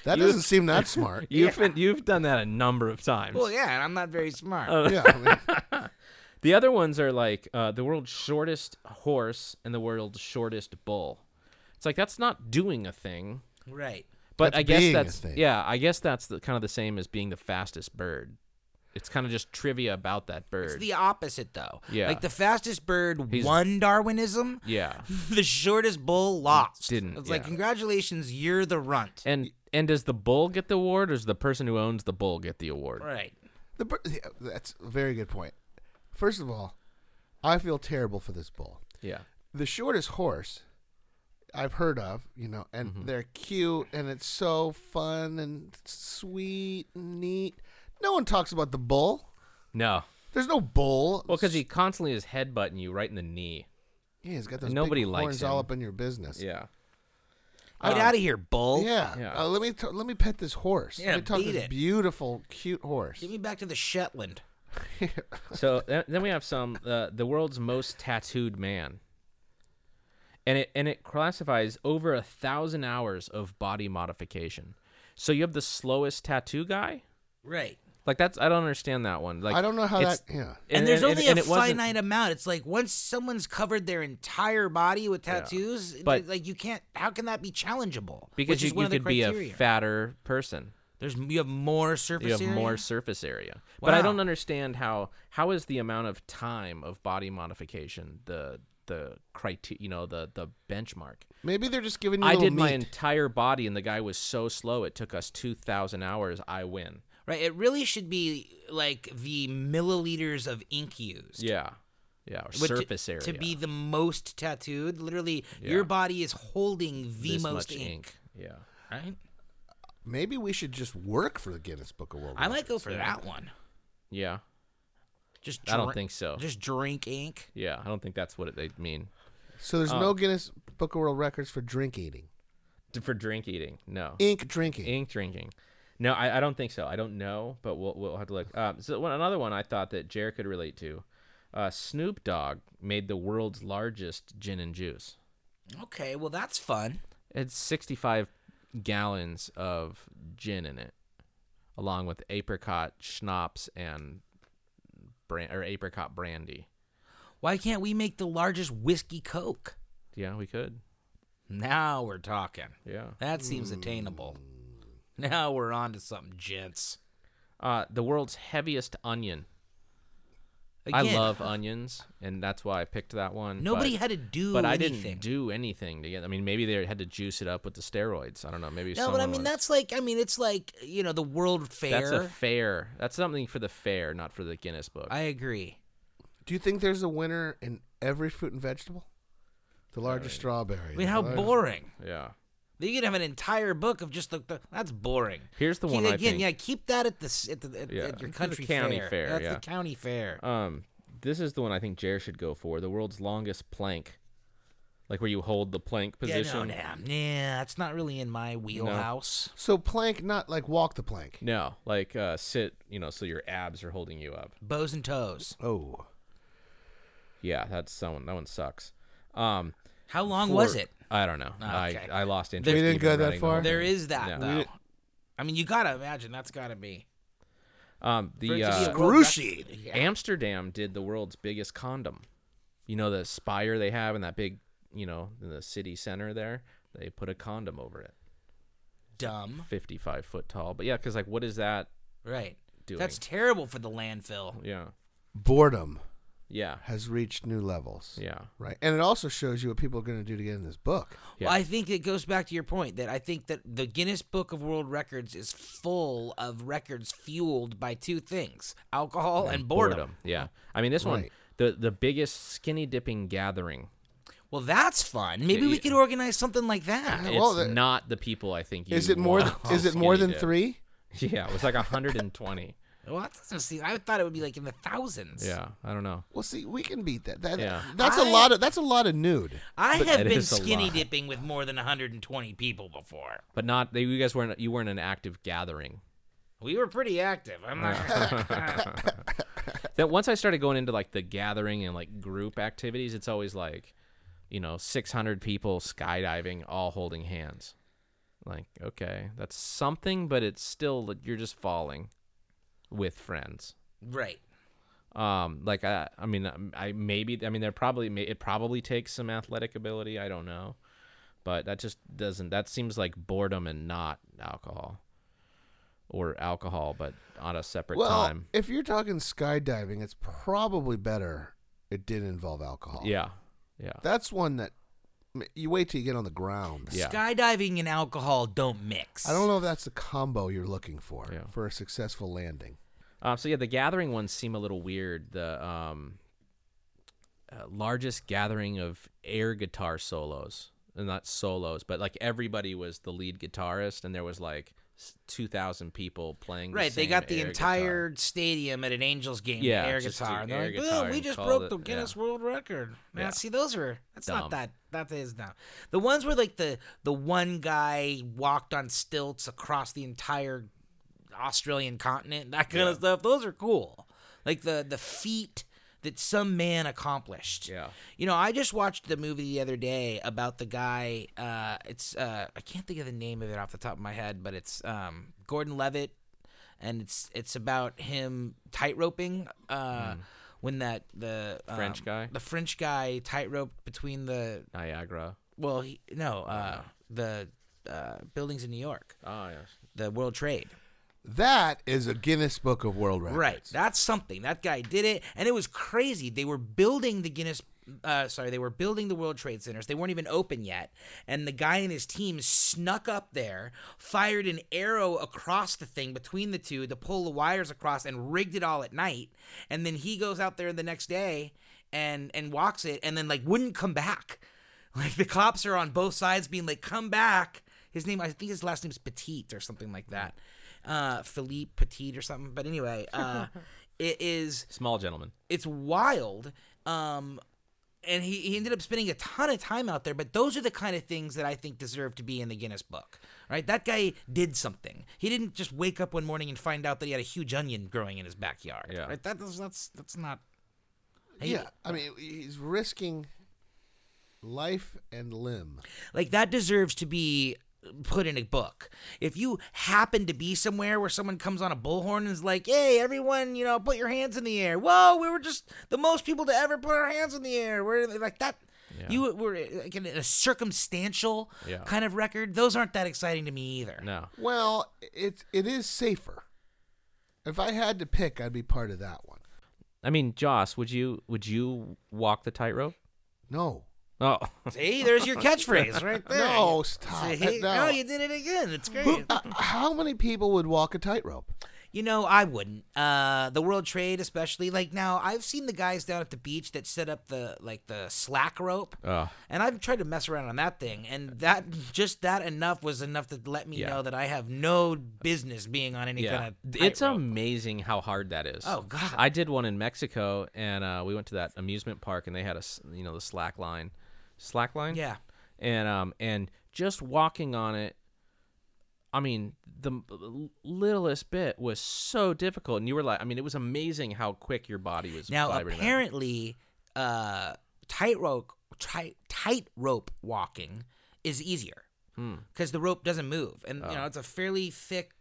Speaker 3: That doesn't seem that smart.
Speaker 2: You've been, you've done that a number of times.
Speaker 1: well, yeah, and I'm not very smart.
Speaker 2: Uh,
Speaker 3: yeah. I mean,
Speaker 2: The other ones are like uh, the world's shortest horse and the world's shortest bull. It's like that's not doing a thing,
Speaker 1: right.
Speaker 2: but
Speaker 3: That's
Speaker 2: I guess
Speaker 3: being a
Speaker 2: that's
Speaker 3: thing.
Speaker 2: yeah. I guess that's the, kind of the same as being the fastest bird. It's kind of just trivia about that bird.
Speaker 1: It's the opposite, though.
Speaker 2: Yeah.
Speaker 1: Like the fastest bird
Speaker 2: He's-
Speaker 1: won Darwinism.
Speaker 2: yeah,
Speaker 1: the shortest bull lost.
Speaker 2: Didn't,
Speaker 1: It's like
Speaker 2: yeah.
Speaker 1: congratulations, you're the runt.
Speaker 2: and and does the bull get the award, or does the person who owns the bull get the award?
Speaker 1: Right.
Speaker 3: the, bir- yeah, that's a very good point. First of all, I feel terrible for this bull.
Speaker 2: Yeah,
Speaker 3: The shortest horse I've heard of, you know, and
Speaker 2: Mm-hmm.
Speaker 3: they're cute and it's so fun and sweet and neat. No one talks about the bull.
Speaker 2: no.
Speaker 3: There's no bull.
Speaker 2: Well, because he constantly is headbutting you right in the knee.
Speaker 3: yeah, he's got those
Speaker 2: nobody
Speaker 3: big
Speaker 2: likes
Speaker 3: horns all
Speaker 2: him.
Speaker 3: up in your business.
Speaker 2: Yeah.
Speaker 1: Get out of here, bull.
Speaker 3: Yeah.
Speaker 2: Um, Yeah.
Speaker 3: Uh, let me t- let me pet this horse.
Speaker 1: Yeah,
Speaker 3: let me talk to
Speaker 1: beat
Speaker 3: this
Speaker 1: it.
Speaker 3: beautiful, cute horse.
Speaker 1: Get me back to the Shetland.
Speaker 2: So th- then we have some uh, the world's most tattooed man, and it and it classifies over a thousand hours of body modification. So you have the slowest tattoo guy.
Speaker 1: Right.
Speaker 2: Like that's I don't understand that one. Like
Speaker 3: I don't know how
Speaker 2: it's-
Speaker 3: that. Yeah.
Speaker 1: And, there's only
Speaker 2: and
Speaker 1: a
Speaker 2: it wasn't-
Speaker 1: finite amount. It's like once someone's covered their entire body with tattoos,
Speaker 2: But-
Speaker 1: like you can't. How can that be challengeable?
Speaker 2: because
Speaker 1: Which is
Speaker 2: you,
Speaker 1: one
Speaker 2: you
Speaker 1: of the
Speaker 2: could be a
Speaker 1: criteria.
Speaker 2: fatter person.
Speaker 1: There's you have more surface
Speaker 2: You have
Speaker 1: area?
Speaker 2: more surface area, but I
Speaker 1: Wow.
Speaker 2: don't understand how how is the amount of time of body modification the the criteria you know the the benchmark.
Speaker 3: Maybe they're just giving you.
Speaker 2: I
Speaker 3: little
Speaker 2: did my
Speaker 3: meat.
Speaker 2: entire body, and the guy was so slow. It took us two thousand hours. I win.
Speaker 1: Right. It really should be like the milliliters of ink used.
Speaker 2: Yeah, yeah. Or
Speaker 1: But to-
Speaker 2: surface area
Speaker 1: to be the most tattooed. Literally, your body is holding the
Speaker 2: This
Speaker 1: most
Speaker 2: much
Speaker 1: ink.
Speaker 2: Yeah.
Speaker 1: Right.
Speaker 3: Maybe we should just work for the Guinness Book of World.
Speaker 1: I might
Speaker 3: Records.
Speaker 1: go for that one.
Speaker 2: Yeah.
Speaker 1: Just
Speaker 2: I don't
Speaker 1: drink-
Speaker 2: think so.
Speaker 1: Just drink ink.
Speaker 2: Yeah. I don't think that's what they mean Oh.
Speaker 3: So there's no Guinness Book of World Records for drink eating,
Speaker 2: D- for drink eating. No.
Speaker 3: ink drinking.
Speaker 2: Ink drinking. No, I, I don't think so. I don't know, but we'll we'll have to look. Um, so one, another one I thought that Jared could relate to. Uh, Snoop Dogg made the world's largest gin and juice.
Speaker 1: Okay, well that's fun.
Speaker 2: It's 65 gallons of gin in it, along with apricot schnapps and brand or apricot brandy.
Speaker 1: Why can't we make the largest whiskey Coke?
Speaker 2: Yeah, we could.
Speaker 1: Now we're talking.
Speaker 2: Yeah.
Speaker 1: That
Speaker 2: Hmm.
Speaker 1: seems attainable. Now we're on to something, gents.
Speaker 2: Uh, the world's heaviest onion. I love onions, and that's why I picked that one.
Speaker 1: Nobody
Speaker 2: but-
Speaker 1: had to do
Speaker 2: but I
Speaker 1: anything.
Speaker 2: didn't do anything to get. I mean, maybe they had to juice it up with the steroids. I don't know. Maybe
Speaker 1: no, but I
Speaker 2: someone
Speaker 1: mean
Speaker 2: was-
Speaker 1: that's like I mean it's like you know the World Fair.
Speaker 2: that's a fair. That's something for the fair, not for the Guinness Book.
Speaker 1: I agree.
Speaker 3: Do you think there's a winner in every fruit and vegetable? The largest strawberry.
Speaker 1: I mean
Speaker 3: the
Speaker 1: how
Speaker 3: largest-
Speaker 1: boring.
Speaker 2: yeah.
Speaker 1: You could have an entire book of just the, the that's boring.
Speaker 2: Here's the
Speaker 1: Keep-
Speaker 2: one I
Speaker 1: again.
Speaker 2: think-
Speaker 1: Yeah, keep that at the s- at, the, at,
Speaker 2: Yeah,
Speaker 1: at your
Speaker 2: it's the
Speaker 1: country
Speaker 2: county fair,
Speaker 1: That's
Speaker 2: yeah.
Speaker 1: the county fair.
Speaker 2: Um, this is the one I think Jer should go for. The world's longest plank, like where you hold the plank
Speaker 1: Yeah, no,
Speaker 2: position.
Speaker 1: nah, nah, that's not really in my wheelhouse.
Speaker 3: So plank, not like walk the plank.
Speaker 2: No, like uh, sit. You know, so your abs are holding you up.
Speaker 1: Bows and toes.
Speaker 3: Oh,
Speaker 2: Yeah, that's someone. That one sucks. Um,
Speaker 1: How long was
Speaker 2: for-
Speaker 1: it? Ah,
Speaker 2: I don't know.
Speaker 1: Okay.
Speaker 2: I I lost interest.
Speaker 3: didn't
Speaker 2: even
Speaker 3: go that
Speaker 2: running the
Speaker 3: far?
Speaker 2: whole
Speaker 3: There
Speaker 1: There
Speaker 2: thing.
Speaker 1: is that
Speaker 2: Yeah.
Speaker 1: though. I mean, you gotta imagine that's gotta be
Speaker 2: Um,
Speaker 1: For
Speaker 2: the
Speaker 1: it to be a
Speaker 2: uh,
Speaker 1: world record-
Speaker 3: excruciating.
Speaker 1: Yeah.
Speaker 2: Amsterdam did the world's biggest condom. You know the spire they have in that big, you know, in the city center there. They put a condom over it,
Speaker 1: Dumb.
Speaker 2: fifty-five foot tall. But yeah, because like, what is that?
Speaker 1: Right.
Speaker 2: doing.
Speaker 1: That's terrible for the landfill.
Speaker 2: Yeah,
Speaker 3: boredom
Speaker 2: yeah,
Speaker 3: has reached new levels.
Speaker 2: yeah.
Speaker 3: Right, and it also shows you what people are going to do to get in this book.
Speaker 1: Well,
Speaker 2: Yeah.
Speaker 1: I think it goes back to your point that I think that the Guinness Book of World Records is full of records fueled by two things: alcohol and, boredom.
Speaker 2: Yeah. I mean, this one,
Speaker 3: Right.
Speaker 2: the the biggest skinny dipping gathering.
Speaker 1: Well, that's fun. Maybe
Speaker 2: Yeah,
Speaker 1: we
Speaker 2: yeah.
Speaker 1: could organize something like that.
Speaker 2: It's
Speaker 3: Well, the-
Speaker 2: not the people I think. You
Speaker 3: Is it more? Than,
Speaker 2: want
Speaker 3: is
Speaker 2: to
Speaker 3: it more
Speaker 2: skinny
Speaker 3: than
Speaker 2: dip.
Speaker 3: three?
Speaker 2: Yeah, it was like hundred and twenty.
Speaker 1: Well, that doesn't seem. I thought it would be like in the thousands.
Speaker 2: yeah, I don't know.
Speaker 3: Well, see, we can beat that. That
Speaker 2: Yeah.
Speaker 3: that's a
Speaker 1: I-
Speaker 3: lot of that's a lot of nude.
Speaker 1: I
Speaker 2: But
Speaker 1: have
Speaker 2: that
Speaker 1: been
Speaker 2: is a
Speaker 1: skinny
Speaker 2: lot.
Speaker 1: dipping with more than 120 people before.
Speaker 2: But not they. You guys weren't. You weren't an active gathering.
Speaker 1: We were pretty active. I'm not.
Speaker 2: that once I started going into like the gathering and like group activities, it's always like, you know, 600 people skydiving, all holding hands. Like, okay, that's something, but it's still that you're just falling with friends.
Speaker 1: right.
Speaker 2: Um, like I, I mean, um, I maybe, I mean, there probably may- it probably takes some athletic ability. I don't know, but that just doesn't. That seems like boredom and not alcohol, or alcohol, but on a separate
Speaker 3: Well,
Speaker 2: time.
Speaker 3: if you're talking skydiving, it's probably better. It did involve alcohol.
Speaker 2: Yeah, yeah.
Speaker 3: that's one that you wait till you get on the ground.
Speaker 2: Yeah.
Speaker 1: Skydiving and alcohol don't mix.
Speaker 3: I don't know if that's the combo you're looking for
Speaker 2: Yeah.
Speaker 3: for a successful landing.
Speaker 2: Um, so yeah, the gathering ones seem a little weird. The um, uh, largest gathering of air guitar solos, and not solos, but like everybody was the lead guitarist, and there was like two thousand people playing. the
Speaker 1: Right, they
Speaker 2: same
Speaker 1: got the
Speaker 2: air
Speaker 1: entire
Speaker 2: guitar.
Speaker 1: stadium at an Angels game.
Speaker 2: Yeah,
Speaker 1: air
Speaker 2: just
Speaker 1: guitar.
Speaker 2: an
Speaker 1: And they're
Speaker 2: air
Speaker 1: like,
Speaker 2: guitar
Speaker 1: "Boom, we
Speaker 2: and
Speaker 1: just
Speaker 2: called
Speaker 1: broke
Speaker 2: it-
Speaker 1: the Guinness
Speaker 2: yeah.
Speaker 1: World Record." Now,
Speaker 2: Yeah.
Speaker 1: see, those are that's not
Speaker 2: Dumb.
Speaker 1: that that is dumb. The ones where like the the one guy walked on stilts across the entire Australian continent, that kind of stuff. Those are cool. Like the the feat that some man accomplished.
Speaker 2: Yeah.
Speaker 1: You know, I just watched the movie the other day about the guy. Uh, it's uh, I can't think of the name of it off the top of my head, but it's um, Gordon Levitt, and it's it's about him tightroping. Uh, When that the um,
Speaker 2: Hmm. French guy?
Speaker 1: the French guy tightroped between the
Speaker 2: Niagara.
Speaker 1: well, he, no, uh, the uh, buildings in New York,
Speaker 2: Oh yes.
Speaker 1: the World Trade.
Speaker 3: That is a Guinness Book of World Records.
Speaker 1: Right. That's something. That guy did it, and it was crazy. They were building the Guinness. Uh, sorry, they were building the World Trade Centers. They weren't even open yet, and the guy and his team snuck up there, fired an arrow across the thing between the two to pull the wires across, and rigged it all at night. And then he goes out there the next day and and walks it, and then like wouldn't come back. Like the cops are on both sides, being like, "Come back." His name, I think his last name's Petit or something like that, uh, Philippe Petit or something. But anyway, uh, it is
Speaker 2: Small gentleman.
Speaker 1: it's wild. Um, and he, he ended up spending a ton of time out there but those are the kind of things that i think deserve to be in the guinness book right that guy did something he didn't just wake up one morning and find out that he had a huge onion growing in his backyard
Speaker 2: Yeah.
Speaker 1: right that, that's that's that's not
Speaker 3: yeah, I mean, he's risking life and limb.
Speaker 1: Like that deserves to be put in a book. If you happen to be somewhere where someone comes on a bullhorn and is like, "Hey, everyone, you know, put your hands in the air." Whoa, we were just the most people to ever put our hands in the air. We're like that. You were like in a circumstantial
Speaker 2: Yeah.
Speaker 1: kind of record. Those aren't that exciting to me either.
Speaker 2: No.
Speaker 3: Well, it it is safer. If I had to pick, I'd be part of that one.
Speaker 2: I mean, Joss, would you would you walk the tightrope?
Speaker 3: No,
Speaker 2: Oh,
Speaker 1: See, there's your catchphrase right there.
Speaker 3: no, stop.
Speaker 1: See?
Speaker 3: it,
Speaker 1: No,
Speaker 3: no.
Speaker 1: you did it again. It's
Speaker 3: Who-
Speaker 1: great.
Speaker 3: uh, how many people would walk a tightrope?
Speaker 1: You know, I wouldn't. Uh, the World Trade, especially. Like now, I've seen the guys down at the beach that set up the like the slack rope,
Speaker 2: oh,
Speaker 1: and I've tried to mess around on that thing, and that just that enough was enough to let me
Speaker 2: Yeah.
Speaker 1: know that I have no business being on any
Speaker 2: yeah.
Speaker 1: kind of.
Speaker 2: It's
Speaker 1: tightrope.
Speaker 2: amazing how hard that is.
Speaker 1: Oh, God.
Speaker 2: I did one in Mexico, and uh, we went to that amusement park, and they had a s- you know the slack line, slack line.
Speaker 1: Yeah.
Speaker 2: And um and just walking on it, I mean the m- littlest bit was so difficult, and you were like, I mean, it was amazing how quick your body was.
Speaker 1: Now,
Speaker 2: vibrating that.
Speaker 1: apparently, uh, tightrope tight tightrope walking is easier
Speaker 2: Hmm.
Speaker 1: because the rope doesn't move, and you know it's a fairly thick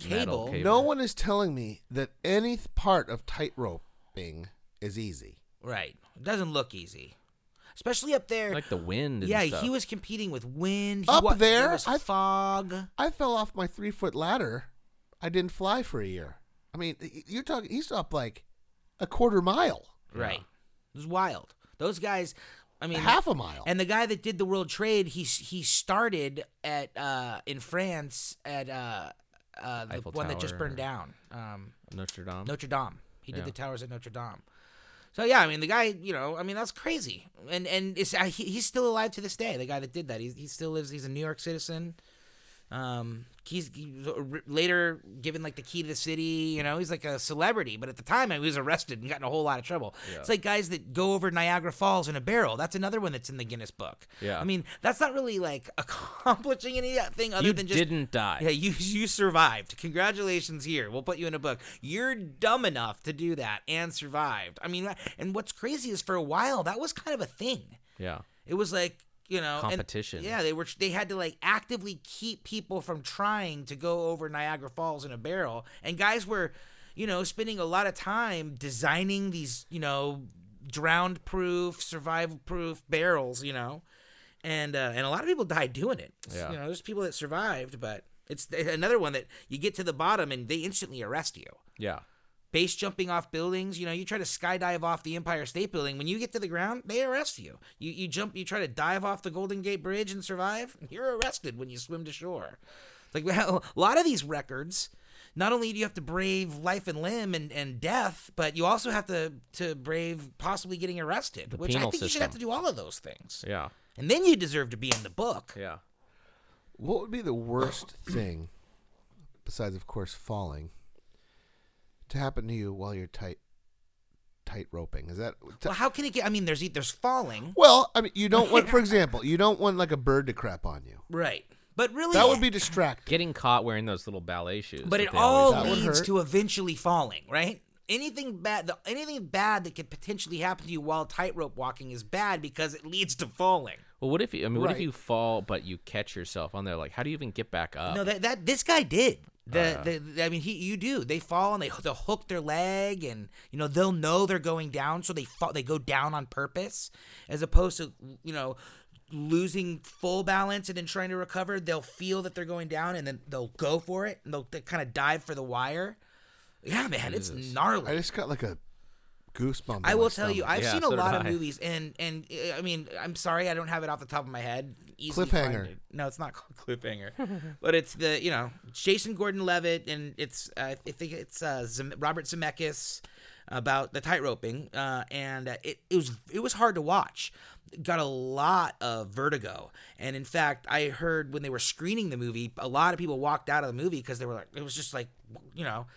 Speaker 2: Oh. Metal
Speaker 1: cable.
Speaker 2: cable.
Speaker 3: No one is telling me that any th- part of tightroping is easy.
Speaker 1: Right. It doesn't look easy. Especially up there.
Speaker 2: like the wind. And
Speaker 1: yeah,
Speaker 2: stuff.
Speaker 1: he was competing with wind. He
Speaker 3: Up
Speaker 1: wa-
Speaker 3: there?
Speaker 1: was
Speaker 3: I-
Speaker 1: fog.
Speaker 3: I fell off my three foot ladder. I didn't fly for a year. I mean, y- you're talking. He's up like a quarter mile,
Speaker 1: Right. It was wild. Those guys, I mean,
Speaker 3: half a mile.
Speaker 1: and the guy that did the World Trade, he s- he started at uh in France at uh uh the
Speaker 2: Eiffel
Speaker 1: one that just
Speaker 2: Tower.
Speaker 1: burned down. Um
Speaker 2: Notre Dame.
Speaker 1: Notre Dame. He did
Speaker 2: Yeah.
Speaker 1: the towers at Notre Dame. So yeah, I mean the guy, you know, I mean that's crazy, and and it's, I, he, he's still alive to this day. The guy that did that, he, he still lives. He's a New York citizen. Um, he's he was r- later given like the key to the city. You know, he's like a celebrity, but at the time he was arrested and got in a whole lot of trouble. It's like guys that go over Niagara Falls in a barrel. That's another one that's in the Guinness Book.
Speaker 2: Yeah.
Speaker 1: I mean that's not really like accomplishing anything other
Speaker 2: you
Speaker 1: than just
Speaker 2: didn't die.
Speaker 1: yeah, you you survived. Congratulations here. We'll put you in a book. You're dumb enough to do that and survived. I mean, and what's crazy is for a while that was kind of a thing.
Speaker 2: yeah.
Speaker 1: It was like, you know, and-
Speaker 2: Competition.
Speaker 1: yeah, they were they had to like actively keep people from trying to go over Niagara Falls in a barrel. And guys were, you know, spending a lot of time designing these, you know, drowned proof, survival proof barrels, you know. And uh, and a lot of people died doing it.
Speaker 2: Yeah.
Speaker 1: You know, there's people that survived, but it's another one that you get to the bottom and they instantly arrest you
Speaker 2: Yeah.
Speaker 1: base jumping off buildings. You know, you try to skydive off the Empire State Building. When you get to the ground, they arrest you. You you jump, you try to dive off the Golden Gate Bridge and survive. You're arrested when you swim to shore. It's Like well, a lot of these records, not only do you have to brave life and limb and, and death, but you also have to to brave possibly getting arrested, which I
Speaker 2: penal
Speaker 1: think you should have to
Speaker 2: system.
Speaker 1: do all of those things.
Speaker 2: Yeah.
Speaker 1: And then you deserve to be in the book.
Speaker 2: Yeah.
Speaker 3: What would be the worst thing, besides, of course, falling, to happen to you while you're tight, tight roping? Is that
Speaker 1: Well, how can it get? I mean, there's e- there's falling,
Speaker 3: well? I mean, you don't want, for example, you don't want like a bird to crap on you.
Speaker 1: right? But really,
Speaker 3: That would be distracting.
Speaker 2: Getting caught wearing those little ballet shoes.
Speaker 1: But
Speaker 2: that
Speaker 1: it
Speaker 2: they always
Speaker 1: all
Speaker 3: That
Speaker 2: have.
Speaker 3: would
Speaker 1: leads
Speaker 3: hurt.
Speaker 1: to eventually falling, right? Anything bad, the, anything bad that could potentially happen to you while tightrope walking is bad because it leads to falling.
Speaker 2: Well, what if you? I mean, what if
Speaker 3: Right.
Speaker 2: you fall but you catch yourself on there? Like, how do you even get back up?
Speaker 1: No, that that this guy did. The, the, the- I mean, he you do. They fall and they they'll hook their leg, and you know they'll know they're going down, so they fall, they go down on purpose, as opposed to you know losing full balance and then trying to recover. They'll feel that they're going down, and then they'll go for it, and they'll they kind of dive for the wire. Yeah, man, it's gnarly.
Speaker 3: I just got like a goosebump.
Speaker 1: I
Speaker 3: in my
Speaker 1: will tell you,
Speaker 3: stomach.
Speaker 1: I've
Speaker 2: Yeah,
Speaker 1: seen
Speaker 2: so
Speaker 1: a
Speaker 2: did
Speaker 1: lot of
Speaker 2: I.
Speaker 1: movies, and and uh, I mean, I'm sorry, I don't have it off the top of my head. Easily find
Speaker 3: Cliffhanger.
Speaker 1: it. No, it's not called cliffhanger, but it's the you know Jason Gordon-Levitt, and it's uh, I think it's uh, Zem- Robert Zemeckis about the tightroping, uh, and uh, it it was it was hard to watch. Got a lot of vertigo, and in fact, I heard when they were screening the movie, a lot of people walked out of the movie because they were like, it was just like, you know,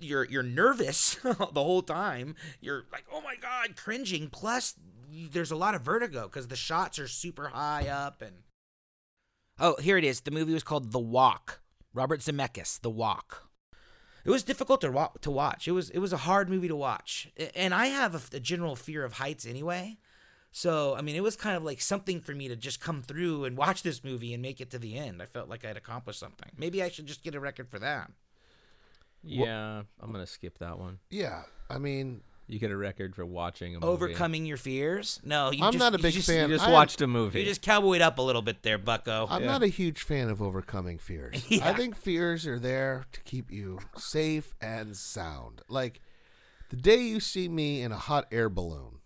Speaker 1: you're you're nervous the whole time. You're like, oh my god, cringing. Plus you- there's a lot of vertigo because the shots are super high up and. Oh, here it is. The movie was called The Walk. Robert Zemeckis, The Walk. It was difficult to wa- to watch. It was it was a hard movie to watch, A- and I have a, f- a general fear of heights anyway. So I mean, it was kind of like something for me to just come through and watch this movie and make it to the end. I felt like I'd accomplished something. Maybe I should just get a record for that.
Speaker 2: Yeah, I'm gonna skip that one.
Speaker 3: Yeah, I mean,
Speaker 2: You get a record for watching a movie.
Speaker 1: Overcoming your fears? No, you
Speaker 3: I'm
Speaker 1: just,
Speaker 3: not a
Speaker 1: you
Speaker 3: big
Speaker 1: just-
Speaker 2: You
Speaker 3: fan.
Speaker 2: just
Speaker 3: I am-
Speaker 2: watched a movie.
Speaker 1: You just cowboyed up a little bit there, Bucko.
Speaker 3: I'm not a huge fan of overcoming fears. I
Speaker 1: Yeah.
Speaker 3: think fears are there to keep you safe and sound. Like the day you see me in a hot air balloon,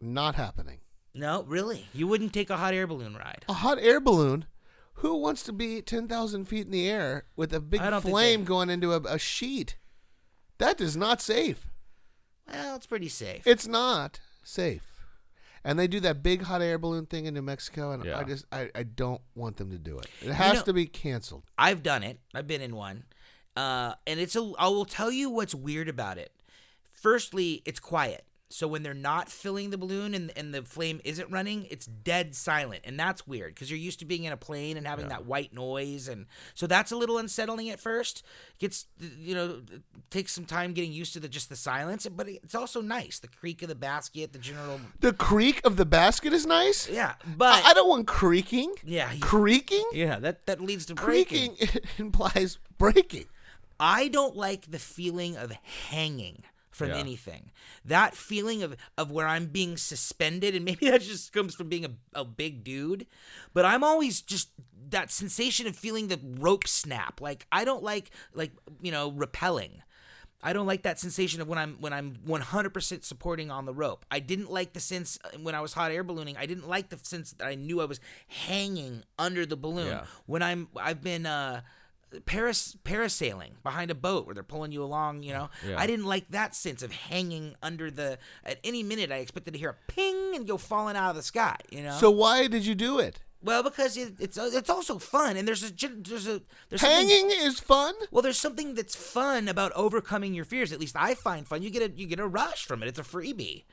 Speaker 3: not happening.
Speaker 1: no, really, you wouldn't take a hot air balloon ride.
Speaker 3: A hot air balloon? Who wants to be 10,000 feet in the air with a big
Speaker 1: I don't think
Speaker 3: flame
Speaker 1: they-
Speaker 3: going into a, a sheet? That is not safe.
Speaker 1: Well, it's pretty safe.
Speaker 3: It's not safe. And they do that big hot air balloon thing in New Mexico, and I
Speaker 2: Yeah.
Speaker 3: just I, I don't want them to do it. It has
Speaker 1: know-
Speaker 3: to be canceled.
Speaker 1: I've done it. I've been in one, uh, and it's a. I will tell you what's weird about it. Firstly, it's quiet. So when they're not filling the balloon and, and the flame isn't running, it's dead silent, and that's weird because you're used to being in a plane and having that white noise, and so that's a little unsettling at first. Gets you know takes some time getting used to the just the silence, but it's also nice the creak of the basket, the general
Speaker 3: The creak of the basket is nice.
Speaker 1: yeah.
Speaker 3: I,
Speaker 1: But
Speaker 3: I don't want creaking.
Speaker 1: yeah, you-
Speaker 3: Creaking?
Speaker 2: yeah, that
Speaker 1: that leads to breaking.
Speaker 3: Creaking implies breaking.
Speaker 1: I don't like the feeling of hanging from
Speaker 2: Yeah.
Speaker 1: anything. That feeling of of where I'm being suspended, and maybe that just comes from being a, a big dude, but I'm always just that sensation of feeling the rope snap. Like I don't like like you know repelling. I don't like that sensation of when I'm when I'm 100% supporting on the rope. I didn't like the sense uh, when I was hot air ballooning. I didn't like the sense that I knew I was hanging under the balloon.
Speaker 2: Yeah.
Speaker 1: When I'm I've been uh Paris parasailing behind a boat where they're pulling you along, you know.
Speaker 2: Yeah.
Speaker 1: I didn't like that sense of hanging under the at any minute I expected to hear a ping and go falling out of the sky, you know.
Speaker 3: So why did you do it?
Speaker 1: well, because it, it's it's also fun and there's a gen- there's a there's something-
Speaker 3: Hanging is fun.
Speaker 1: well, there's something that's fun about overcoming your fears. At least I find fun. You get a you get a rush from it. It's a freebie.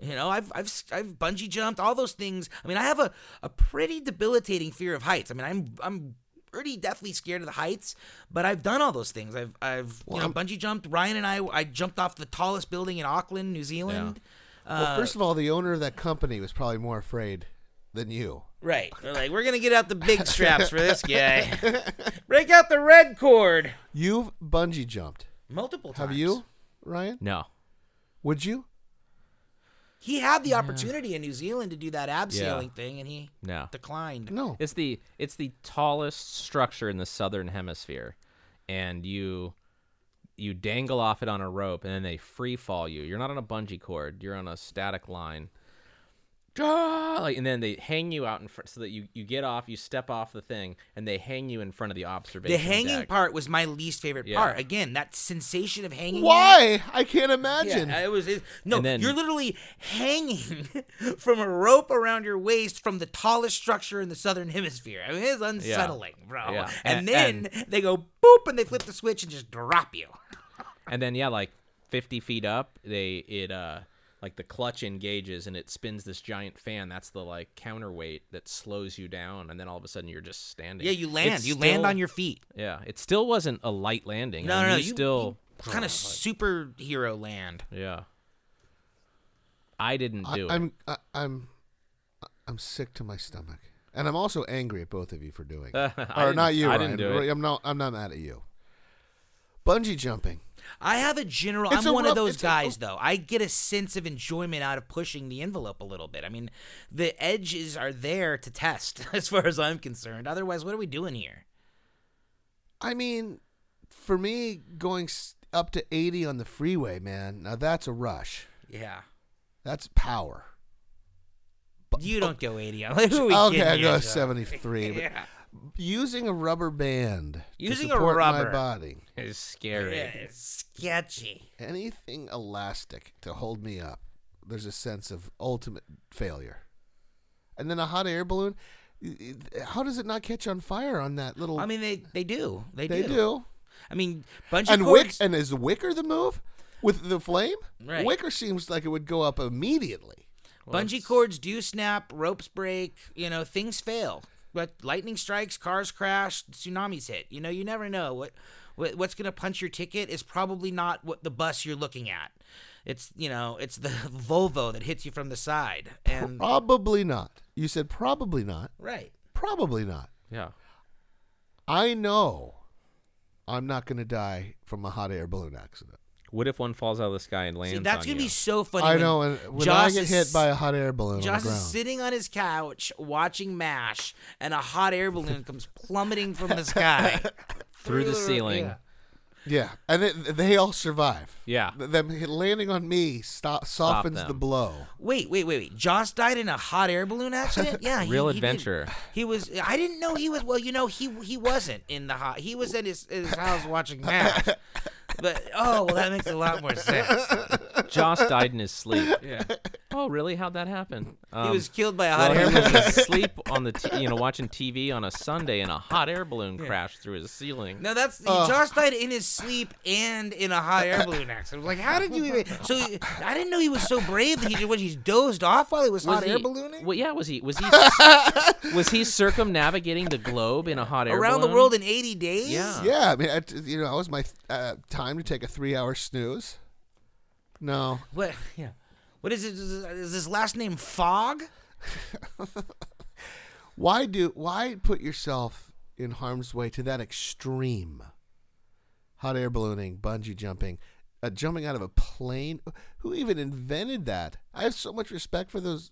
Speaker 1: You know, I've I've I've bungee jumped, all those things. I mean, I have a a pretty debilitating fear of heights. I mean, I'm I'm pretty deathly scared of the heights, but I've done all those things. I've I've you know
Speaker 3: I'm-
Speaker 1: bungee jumped. Ryan and I I jumped off the tallest building in Auckland, New Zealand. Uh,
Speaker 3: well, first of all, the owner of that company was probably more afraid than you.
Speaker 1: Right. They're like, we're gonna get out the big straps for this guy. Break out the red cord.
Speaker 3: You've bungee jumped.
Speaker 1: Multiple times.
Speaker 3: Have you, Ryan?
Speaker 2: no.
Speaker 3: Would you?
Speaker 1: He had the opportunity in New Zealand to do that abseiling
Speaker 2: Yeah.
Speaker 1: thing, and he
Speaker 2: No.
Speaker 1: declined.
Speaker 3: No.
Speaker 2: It's the it's the tallest structure in the southern hemisphere, and you you dangle off it on a rope, and then they free fall you. You're not on a bungee cord. You're on a static line. Ah, like- And then they hang you out in front so that you, you get off, you step off the thing, and they hang you in front of the
Speaker 1: The
Speaker 2: observation.
Speaker 1: hanging
Speaker 2: deck.
Speaker 1: part was my least favorite
Speaker 2: Yeah.
Speaker 1: part. Again, that sensation of hanging.
Speaker 3: Why? I can't
Speaker 1: Yeah,
Speaker 3: imagine.
Speaker 1: it was it, no.
Speaker 2: And then-
Speaker 1: you're literally hanging from a rope around your waist from the tallest structure in the southern hemisphere. I mean, it's unsettling, bro.
Speaker 2: Yeah.
Speaker 1: And,
Speaker 2: And-
Speaker 1: then they go boop, and they flip the switch and just drop you.
Speaker 2: And then yeah, like fifty feet up, they it uh like the clutch engages and it spins this giant fan. That's the like counterweight that slows you down, and then all of a sudden you're just standing.
Speaker 1: Yeah, you
Speaker 2: It's
Speaker 1: land. you land
Speaker 2: still-
Speaker 1: on your feet.
Speaker 2: Yeah, it still wasn't a light landing.
Speaker 1: No,
Speaker 2: I
Speaker 1: no,
Speaker 2: mean,
Speaker 1: no.
Speaker 2: you still.
Speaker 1: kind of superhero land.
Speaker 2: yeah. I didn't
Speaker 3: I,
Speaker 2: do it.
Speaker 3: I'm I, I'm I'm sick to my stomach, and I'm also angry at both of you for doing.
Speaker 1: Uh,
Speaker 3: it.
Speaker 2: I
Speaker 3: or not
Speaker 2: didn't-
Speaker 3: you,
Speaker 2: I
Speaker 3: Ryan.
Speaker 2: didn't do it.
Speaker 3: I'm not. I'm not mad at you. Bungee jumping.
Speaker 1: I have a general.
Speaker 3: It's
Speaker 1: I'm
Speaker 3: a
Speaker 1: one
Speaker 3: rough-
Speaker 1: of those
Speaker 3: it's a-
Speaker 1: guys, though. I get a sense of enjoyment out of pushing the envelope a little bit. I mean, the edges are there to test, as far as I'm concerned. Otherwise, what are we doing here?
Speaker 3: I mean, for me, going s- up to 80 on the freeway, man. Now that's a rush.
Speaker 1: Yeah,
Speaker 3: That's power. oh,
Speaker 1: you don't go 80. Who are we
Speaker 3: okay,
Speaker 1: kidding
Speaker 3: I
Speaker 1: here,
Speaker 3: go
Speaker 1: though?
Speaker 3: 73. but
Speaker 1: Yeah,
Speaker 3: Using a rubber band
Speaker 1: Using
Speaker 3: to
Speaker 1: a
Speaker 3: support my
Speaker 1: rubber.
Speaker 3: body.
Speaker 2: It's scary.
Speaker 1: it's sketchy.
Speaker 3: Anything elastic to hold me up. There's a sense of ultimate failure. And then a hot air balloon. y- y- How does it not catch on fire on that little?
Speaker 1: I mean, they they do. They,
Speaker 3: they do.
Speaker 1: I mean, bungee
Speaker 3: And wick
Speaker 1: cords.
Speaker 3: and is wicker the move with the flame?
Speaker 1: Right.
Speaker 3: Wicker seems like it would go up immediately.
Speaker 2: Well,
Speaker 1: Bungee
Speaker 2: it's-
Speaker 1: cords do snap, ropes break, you know, things fail. But lightning strikes, cars crash, tsunamis hit. You know, you never know what, what what's going to punch your ticket is probably not what the bus you're looking at. It's, you know, it's the Volvo that hits you from the side. And
Speaker 3: Probably not. You said probably not.
Speaker 1: right.
Speaker 3: Probably not.
Speaker 2: Yeah.
Speaker 3: I know I'm not going to die from a hot air balloon accident.
Speaker 2: What if one falls out of the sky and lands
Speaker 1: See, that's
Speaker 2: on
Speaker 1: going to
Speaker 2: you?
Speaker 1: be so funny.
Speaker 3: I
Speaker 1: when
Speaker 3: know. And when
Speaker 1: Joss
Speaker 3: I get
Speaker 1: is-
Speaker 3: hit by a hot air balloon
Speaker 1: Josh
Speaker 3: on the
Speaker 1: is
Speaker 3: ground,
Speaker 1: sitting on his couch watching MASH, and a hot air balloon comes plummeting from the sky
Speaker 2: through the ceiling.
Speaker 1: yeah.
Speaker 3: yeah, and it, they all survive.
Speaker 2: Yeah.
Speaker 3: Th- them hit- landing on me stop, softens the
Speaker 2: them.
Speaker 3: blow.
Speaker 1: Wait, wait, wait, wait. Joss died in a hot air balloon accident. Yeah, he-
Speaker 2: Real
Speaker 1: he did-
Speaker 2: adventure.
Speaker 1: He, was. I didn't know he was. Well, you know, he he wasn't in the hot. He was at his, his house watching MASH. But oh, well, that makes a lot more sense.
Speaker 2: Joss died in his sleep. Yeah. Oh, really? How'd that happen? Um,
Speaker 1: he was killed by a hot
Speaker 2: well,
Speaker 1: air
Speaker 2: he
Speaker 1: balloon.
Speaker 2: was asleep on the, t- you know, watching TV on a Sunday, and a hot air balloon crashed through his ceiling.
Speaker 1: No, that's
Speaker 2: Oh.
Speaker 1: Josh died in his sleep and in a hot air balloon accident. Like, how did you even? So I didn't know he was so brave that he did what he dozed off while he was,
Speaker 2: Was
Speaker 1: hot air
Speaker 2: he-
Speaker 1: ballooning
Speaker 2: Well, yeah. Was he? Was he? was he circumnavigating the globe in a hot air
Speaker 1: around the
Speaker 2: balloon?
Speaker 1: world in 80 days.
Speaker 2: Yeah.
Speaker 3: Yeah, I mean, I, you know, that was my uh, time to take a three-hour snooze. No,
Speaker 1: What? Yeah. What is it? Is is his last name Fog?
Speaker 3: why do why put yourself in harm's way to that extreme hot air ballooning bungee jumping uh, jumping out of a plane who even invented that i have so much respect for those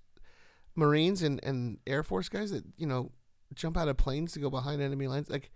Speaker 3: marines and, and air force guys that you know jump out of planes to go behind enemy lines like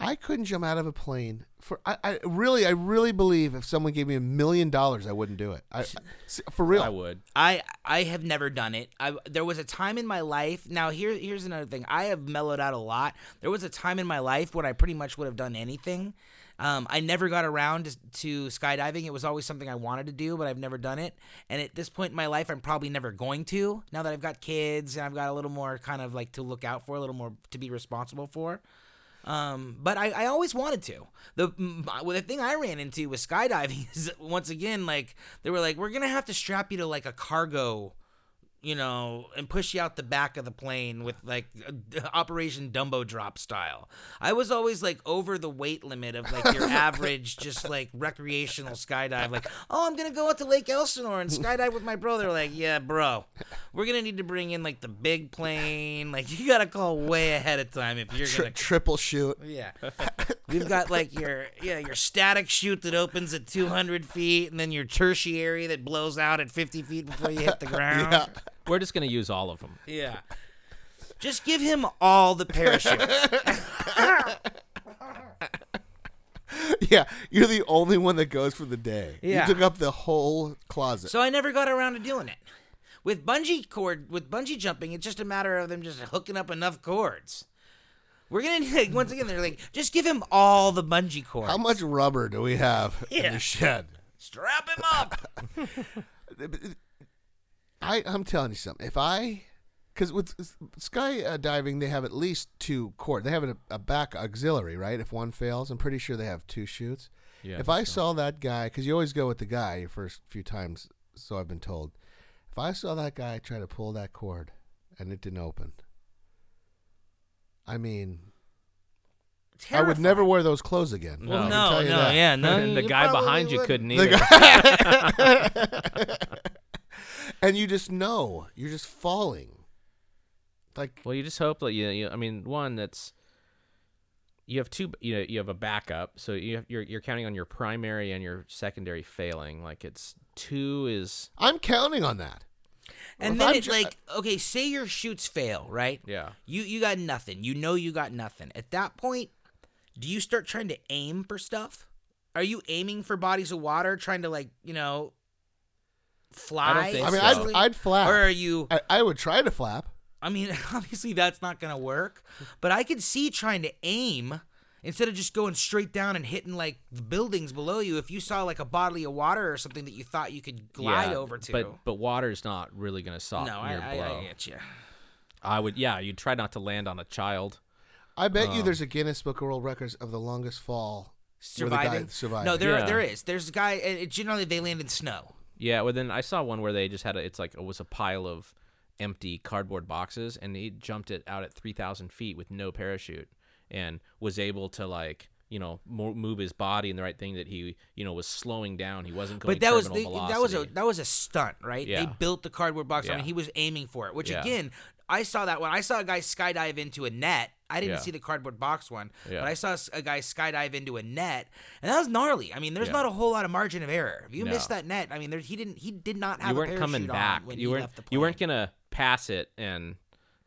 Speaker 3: i couldn't jump out of a plane for i, I really i really believe if someone gave me a million dollars i wouldn't do it I, I- for real
Speaker 2: I would.
Speaker 1: I I have never done it. I there was a time in my life. Now here here's another thing. I have mellowed out a lot. There was a time in my life when I pretty much would have done anything. Um, I never got around to, to skydiving. It was always something I wanted to do, but I've never done it. And at this point in my life, I'm probably never going to. Now that I've got kids and I've got a little more kind of like to look out for, a little more to be responsible for. Um, but I, I always wanted to. The mm, well, the thing I ran into with skydiving is once again like they were like we're gonna have to strap you to like a cargo, you know, and push you out the back of the plane with like Operation Dumbo Drop style. I was always like over the weight limit of like your average just like recreational skydive. Like oh I'm gonna go out to Lake Elsinore and skydive with my brother. Like yeah bro, we're gonna need to bring in like the big plane. Like you gotta call way ahead of time if you're
Speaker 3: Tri-
Speaker 1: gonna
Speaker 3: triple shoot
Speaker 1: yeah. You've got like your yeah, your static chute that opens at 200 feet and then your tertiary that blows out at 50 feet before you hit the ground. Yeah.
Speaker 2: We're just gonna use all of them.
Speaker 1: Just give him all the parachutes.
Speaker 3: Yeah, you're the only one that goes for the day.
Speaker 1: Yeah.
Speaker 3: You took up the whole closet.
Speaker 1: so I never got around to doing it. With bungee cord with bungee jumping, it's just a matter of them just hooking up enough cords. We're gonna like, once again they're like, just give him all the bungee cords.
Speaker 3: How much rubber do we have in
Speaker 1: Yeah.
Speaker 3: the shed?
Speaker 1: Strap him up.
Speaker 3: I, I'm telling you something. If I, because with s- sky uh, diving, they have at least two cord. They have a, a back auxiliary, right? If one fails, I'm pretty sure they have two shoots.
Speaker 2: Yeah,
Speaker 3: if I saw that guy, because you always go with the guy your first few times, so I've been told. If I saw that guy try to pull that cord and it didn't open, I mean, I would
Speaker 1: Terrifying.
Speaker 3: never wear those clothes again.
Speaker 2: Well,
Speaker 3: I can
Speaker 1: no,
Speaker 3: tell
Speaker 1: no,
Speaker 3: you that.
Speaker 1: yeah, no.
Speaker 2: and the
Speaker 1: you
Speaker 2: guy
Speaker 1: probably
Speaker 2: behind you
Speaker 1: wouldn't.
Speaker 2: couldn't
Speaker 3: The
Speaker 2: either.
Speaker 3: guy- and you just know you're just falling. Like
Speaker 2: Well, you just hope that you, you. I mean, one that's you have two. You know, you have a backup, so you have, you're you're counting on your primary and your secondary failing. Like it's two is
Speaker 3: I'm counting on that.
Speaker 1: And
Speaker 3: If
Speaker 1: then
Speaker 3: I'm
Speaker 1: it
Speaker 3: ju-
Speaker 1: like okay, say your shoots fail, right?
Speaker 2: yeah.
Speaker 1: You you got nothing. You know you got nothing. At that point, do you start trying to aim for stuff? Are you aiming for bodies of water, trying to like you know fly?
Speaker 2: think
Speaker 3: I mean,
Speaker 1: slowly?
Speaker 3: I'd, I'd flap.
Speaker 1: or are you?
Speaker 3: I, I would try to flap.
Speaker 1: I mean, obviously that's not gonna work. But I could see trying to aim instead of just going straight down and hitting like the buildings below you. If you saw like a body of water or something that you thought you could glide
Speaker 2: yeah,
Speaker 1: over to.
Speaker 2: But but water's not really gonna soften
Speaker 1: no, I,
Speaker 2: your
Speaker 1: I,
Speaker 2: blow.
Speaker 1: I get you.
Speaker 2: I, would yeah. You'd try not to land on a child.
Speaker 3: I bet
Speaker 1: Oh.
Speaker 3: you there's a Guinness Book of World Records of the longest fall. where the guy
Speaker 1: surviving.
Speaker 3: survived.
Speaker 1: No, there
Speaker 2: Yeah.
Speaker 1: there is. There's a guy. It, it- generally, they land in snow.
Speaker 2: Yeah, well then I saw one where they just had a, it's like it was a pile of empty cardboard boxes and he jumped it out at 3000 feet with no parachute and was able to like you know mo- move his body in the right thing that he you know was slowing down he wasn't going
Speaker 1: But that was
Speaker 2: terminal
Speaker 1: the-
Speaker 2: velocity.
Speaker 1: that was a that was a stunt, right? They
Speaker 2: Yeah.
Speaker 1: built the cardboard box. I
Speaker 2: Yeah.
Speaker 1: mean, he was aiming for it. Which
Speaker 2: Yeah.
Speaker 1: again, I saw that one. I saw a guy skydive into a net. I didn't
Speaker 2: Yeah.
Speaker 1: see the cardboard box one,
Speaker 2: Yeah.
Speaker 1: but I saw s- a guy skydive into a net, and that was gnarly. I mean, there's
Speaker 2: Yeah.
Speaker 1: not a whole lot of margin of error. If you
Speaker 2: No.
Speaker 1: missed that net, I mean, there, he didn't. He did not have.
Speaker 2: you
Speaker 1: a
Speaker 2: weren't coming
Speaker 1: parachute on
Speaker 2: back
Speaker 1: when
Speaker 2: you
Speaker 1: he
Speaker 2: weren't
Speaker 1: left the
Speaker 2: you weren't
Speaker 1: plane.
Speaker 2: gonna pass it and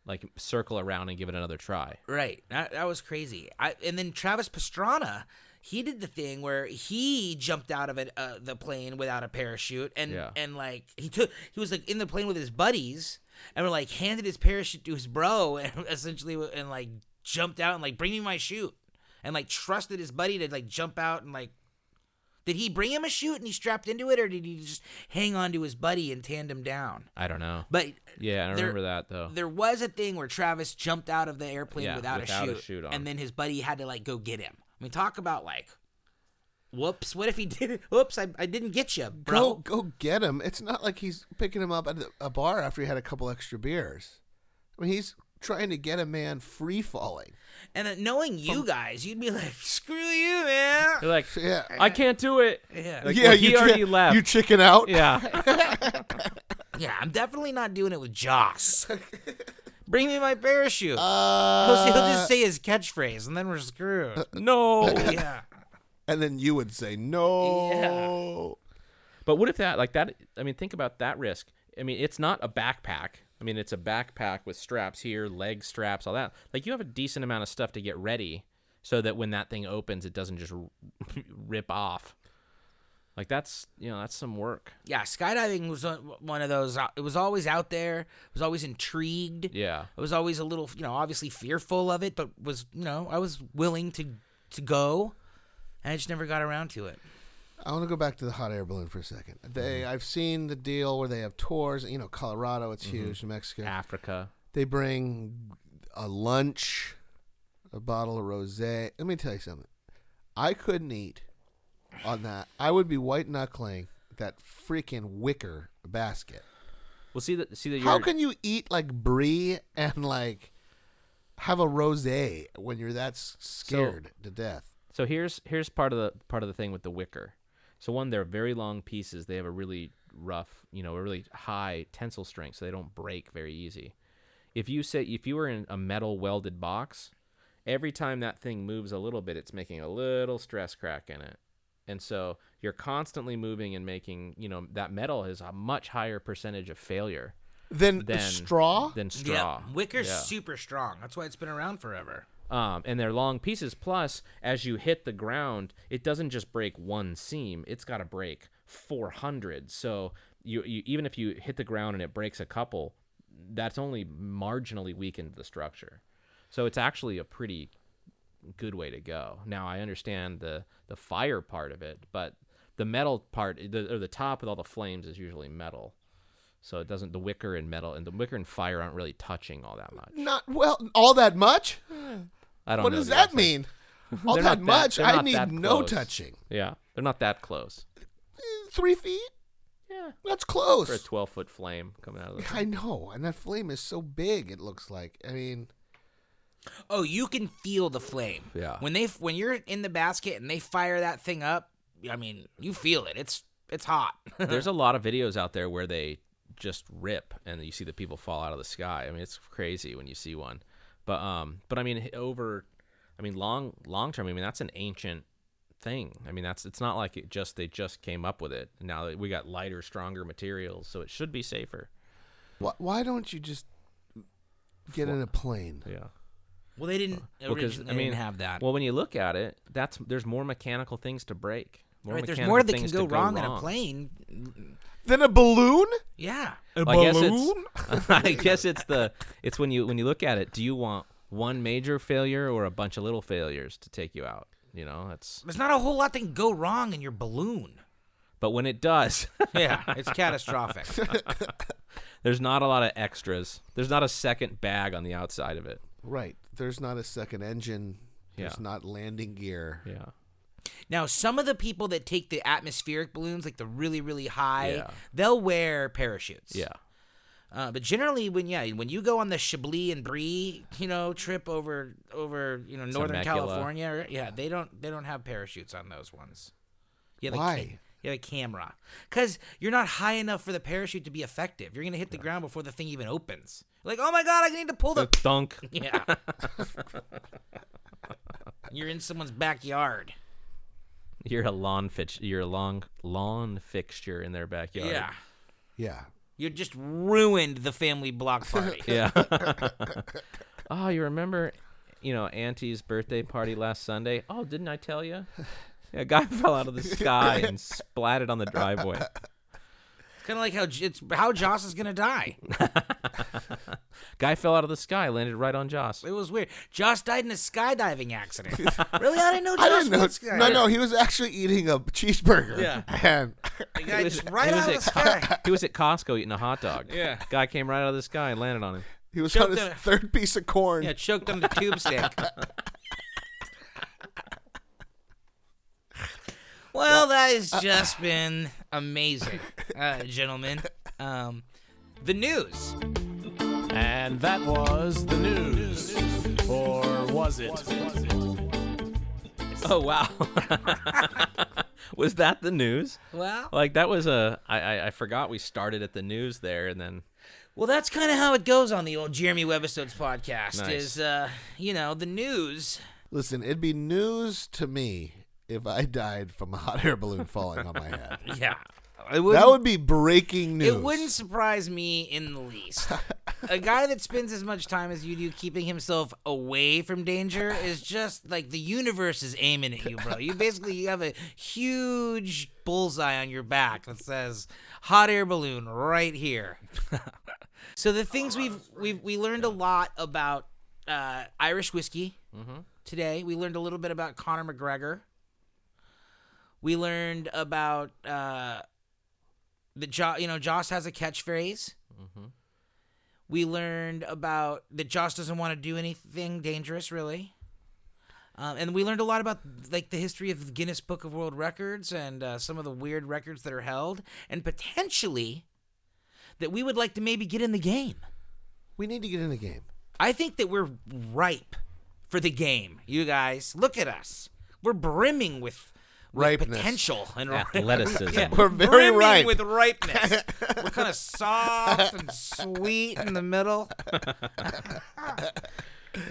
Speaker 2: like circle around and give it another try
Speaker 1: Right. That, that was crazy. I, and then Travis Pastrana, he did the thing where he jumped out of it, uh, the plane without a parachute, and
Speaker 2: Yeah.
Speaker 1: and like he took, he was like in the plane with his buddies, and were like handed his parachute to his bro, and essentially, and like jumped out and like bring me my chute, and like trusted his buddy to like jump out and like. Did he bring him a chute and he strapped into it, or did he just hang on to his buddy and tandem down?
Speaker 2: i don't know
Speaker 1: But
Speaker 2: yeah i
Speaker 1: there-
Speaker 2: remember that though
Speaker 1: there was a thing where Travis jumped out of the airplane
Speaker 2: Yeah,
Speaker 1: without,
Speaker 2: without
Speaker 1: a
Speaker 2: a
Speaker 1: shoot,
Speaker 2: chute on.
Speaker 1: and then his buddy had to like go get him. I mean, talk about like, whoops! What if he did? it? Whoops! I, I didn't get you,
Speaker 3: Go
Speaker 1: bro.
Speaker 3: go get him. It's not like he's picking him up at a bar after he had a couple extra beers. I mean, he's trying to get a man free falling.
Speaker 1: And then knowing you guys, you'd be like, screw you, man.
Speaker 2: They're like
Speaker 3: Yeah.
Speaker 2: i can't do it
Speaker 1: Yeah.
Speaker 2: Like, well, he
Speaker 3: you
Speaker 2: already
Speaker 3: chi-
Speaker 2: left
Speaker 3: You chicken out.
Speaker 2: yeah
Speaker 1: Yeah, I'm definitely not doing it with Joss. Bring me my parachute. he'll,
Speaker 3: Uh,
Speaker 1: he'll just say his catchphrase, and then we're screwed.
Speaker 2: no
Speaker 1: yeah.
Speaker 3: and then you would say no.
Speaker 2: But what if that like that? I mean, think about that risk. I mean, it's not a backpack. I mean, it's a backpack with straps here, leg straps, all that. Like you have a decent amount of stuff to get ready, so that when that thing opens, it doesn't just r- rip off. Like that's you know that's some work.
Speaker 1: Yeah, skydiving was one- one of those. uh, It was always out there. I was always intrigued.
Speaker 2: Yeah,
Speaker 1: I was always a little, you know, obviously fearful of it, but was, you know, I was willing to to go, and I just never got around to it.
Speaker 3: I want to go back to the hot air balloon for a second. They, I've seen the deal where they have tours. You know, Colorado, it's huge. New Mexico,
Speaker 2: Africa.
Speaker 3: they bring a lunch, a bottle of rosé. Let me tell you something. I couldn't eat on that. I would be white knuckling that freaking wicker basket.
Speaker 2: Well, see that see that you're
Speaker 3: How can you eat like brie and like have a rosé when you're that s- scared to death?
Speaker 2: So here's here's part of the part of the thing with the wicker. So one, they're very long pieces. They have a really rough, you know, a really high tensile strength, so they don't break very easy. If you say if you were in a metal welded box, every time that thing moves a little bit, it's making a little stress crack in it. And so you're constantly moving and making, you know, that metal has a much higher percentage of failure
Speaker 3: Then,
Speaker 2: than
Speaker 3: straw.
Speaker 2: Than straw.
Speaker 1: wicker's
Speaker 2: Yeah.
Speaker 1: super strong. That's why it's been around forever.
Speaker 2: um, and they're long pieces. Plus, as you hit the ground, it doesn't just break one seam; it's got to break 400. So you, you even if you hit the ground and it breaks a couple, that's only marginally weakened the structure. So it's actually a pretty good way to go. Now I understand the the fire part of it, but the metal part, the, or the top with all the flames, is usually metal. So it doesn't. The wicker and metal and the wicker and fire aren't really touching all that much.
Speaker 3: Not well, all that much.
Speaker 2: I don't.
Speaker 3: What
Speaker 2: know
Speaker 3: does
Speaker 2: the
Speaker 3: that
Speaker 2: answer.
Speaker 3: mean? All
Speaker 2: They're
Speaker 3: that
Speaker 2: not
Speaker 3: much.
Speaker 2: they're
Speaker 3: I
Speaker 2: not
Speaker 3: need
Speaker 2: that
Speaker 3: no
Speaker 2: close.
Speaker 3: touching.
Speaker 2: Yeah, they're not that close.
Speaker 3: Eh, Three feet.
Speaker 2: Yeah,
Speaker 3: That's
Speaker 2: for a
Speaker 3: close.
Speaker 2: twelve foot flame coming out of the.
Speaker 3: I know, and that flame is so big. It looks like. I mean,
Speaker 1: Oh, you can feel the flame.
Speaker 2: Yeah.
Speaker 1: When they when you're in the basket and they fire that thing up, I mean, you feel it. It's it's hot.
Speaker 2: There's a lot of videos out there where they just rip, and you see the people fall out of the sky. I mean, it's crazy when you see one. But um, but I mean, h- over, I mean, long long term. I mean, that's an ancient thing. I mean, that's it's not like it just they just came up with it. Now that we got lighter, stronger materials, so it should be safer.
Speaker 3: wh- why don't you just get in a plane?
Speaker 2: Yeah.
Speaker 1: well, they didn't
Speaker 2: Because
Speaker 1: originally
Speaker 2: I mean,
Speaker 1: didn't have that.
Speaker 2: Well, when you look at it, that's there's more mechanical things to break. More
Speaker 1: right, there's
Speaker 2: mechanical
Speaker 1: more that can
Speaker 2: things
Speaker 1: go,
Speaker 2: to
Speaker 1: wrong in a plane.
Speaker 3: Then a balloon.
Speaker 1: Yeah.
Speaker 2: Well, I guess it's I guess it's the it's when you when you look at it, do you want one major failure or a bunch of little failures to take you out? You know, that's
Speaker 1: There's not a whole lot that can go wrong in your balloon.
Speaker 2: but when it does,
Speaker 1: Yeah, it's catastrophic.
Speaker 2: there's not a lot of extras. There's not a second bag on the outside of it.
Speaker 3: Right. There's not a second engine. There's
Speaker 2: Yeah.
Speaker 3: not landing gear.
Speaker 2: Yeah.
Speaker 1: Now, some of the people that take the atmospheric balloons, like the really really high,
Speaker 2: Yeah.
Speaker 1: they'll wear parachutes.
Speaker 2: Yeah.
Speaker 1: Uh, but generally, when yeah, when you go on the Chablis and Brie, you know, trip over over you know Northern
Speaker 2: Temecula.
Speaker 1: California, or- yeah, they don't they don't have parachutes on those ones. Yeah,
Speaker 3: Why?
Speaker 1: Yeah, the camera, because you're not high enough for the parachute to be effective. You're gonna hit the ground before the thing even opens. Like, oh my god, I need to pull the.
Speaker 2: Dunk.
Speaker 1: yeah. you're in someone's backyard.
Speaker 2: You're a lawn fix. You're a long lawn fixture in their backyard.
Speaker 1: Yeah.
Speaker 3: Yeah.
Speaker 1: You just ruined the family block party.
Speaker 2: Yeah. oh, you remember, you know, Auntie's birthday party last Sunday? Oh, didn't I tell you? Yeah, a guy fell out of the sky and splatted on the driveway.
Speaker 1: it's kind of like how J- it's how Joss is gonna die.
Speaker 2: Guy fell out of the sky, landed right on Joss.
Speaker 1: It was weird. Josh died in a skydiving accident. really? I didn't know Josh
Speaker 3: I didn't
Speaker 1: was
Speaker 3: know. No, no, he was actually eating a cheeseburger.
Speaker 1: Yeah.
Speaker 3: And
Speaker 1: The guy
Speaker 2: He was-
Speaker 1: just right
Speaker 2: he was
Speaker 1: out of the
Speaker 2: at Co-
Speaker 1: sky.
Speaker 2: He was at Costco eating a hot dog.
Speaker 1: Yeah.
Speaker 2: Guy came right out of the sky and landed on him.
Speaker 3: he was
Speaker 1: Choked
Speaker 3: on his
Speaker 1: on it.
Speaker 3: third piece of corn.
Speaker 1: Yeah, choked on the tube stick. well, that has
Speaker 3: uh,
Speaker 1: just been amazing, uh, gentlemen. Um, the news.
Speaker 4: And that was the news. Or was it?
Speaker 2: Oh, wow. was that the news?
Speaker 1: Well,
Speaker 2: Like, that was a. I, I, I forgot we started at the news there and then.
Speaker 1: Well, that's kind of how it goes on the old Jeremy Webisodes podcast.
Speaker 2: Nice.
Speaker 1: Is uh, you know the news.
Speaker 3: Listen, it'd be news to me if I died from a hot air balloon falling on my head.
Speaker 1: Yeah, it would.
Speaker 3: That would be breaking news.
Speaker 1: It wouldn't surprise me in the least. a guy that spends as much time as you do keeping himself away from danger is just like the universe is aiming at you, bro. You basically you have a huge bullseye on your back that says hot air balloon right here. so the things we've we've we learned a lot about uh, Irish whiskey today. We learned a little bit about Conor McGregor. We learned about uh, the jo- you know Joss has a catchphrase. We learned about that Joss doesn't want to do anything dangerous, really. Um, and we learned a lot about like the history of the Guinness Book of World Records and uh, some of the weird records that are held, and potentially that we would like to maybe get in the game.
Speaker 3: We need to get in the game.
Speaker 1: I think that we're ripe for the game. You guys, look at us. We're brimming with, with
Speaker 3: Ripeness.
Speaker 1: potential and
Speaker 2: Athleticism.
Speaker 1: Yeah,
Speaker 3: We're very
Speaker 1: brimming
Speaker 3: ripe.
Speaker 1: with ripeness. we're kind of soft and sweet in the middle.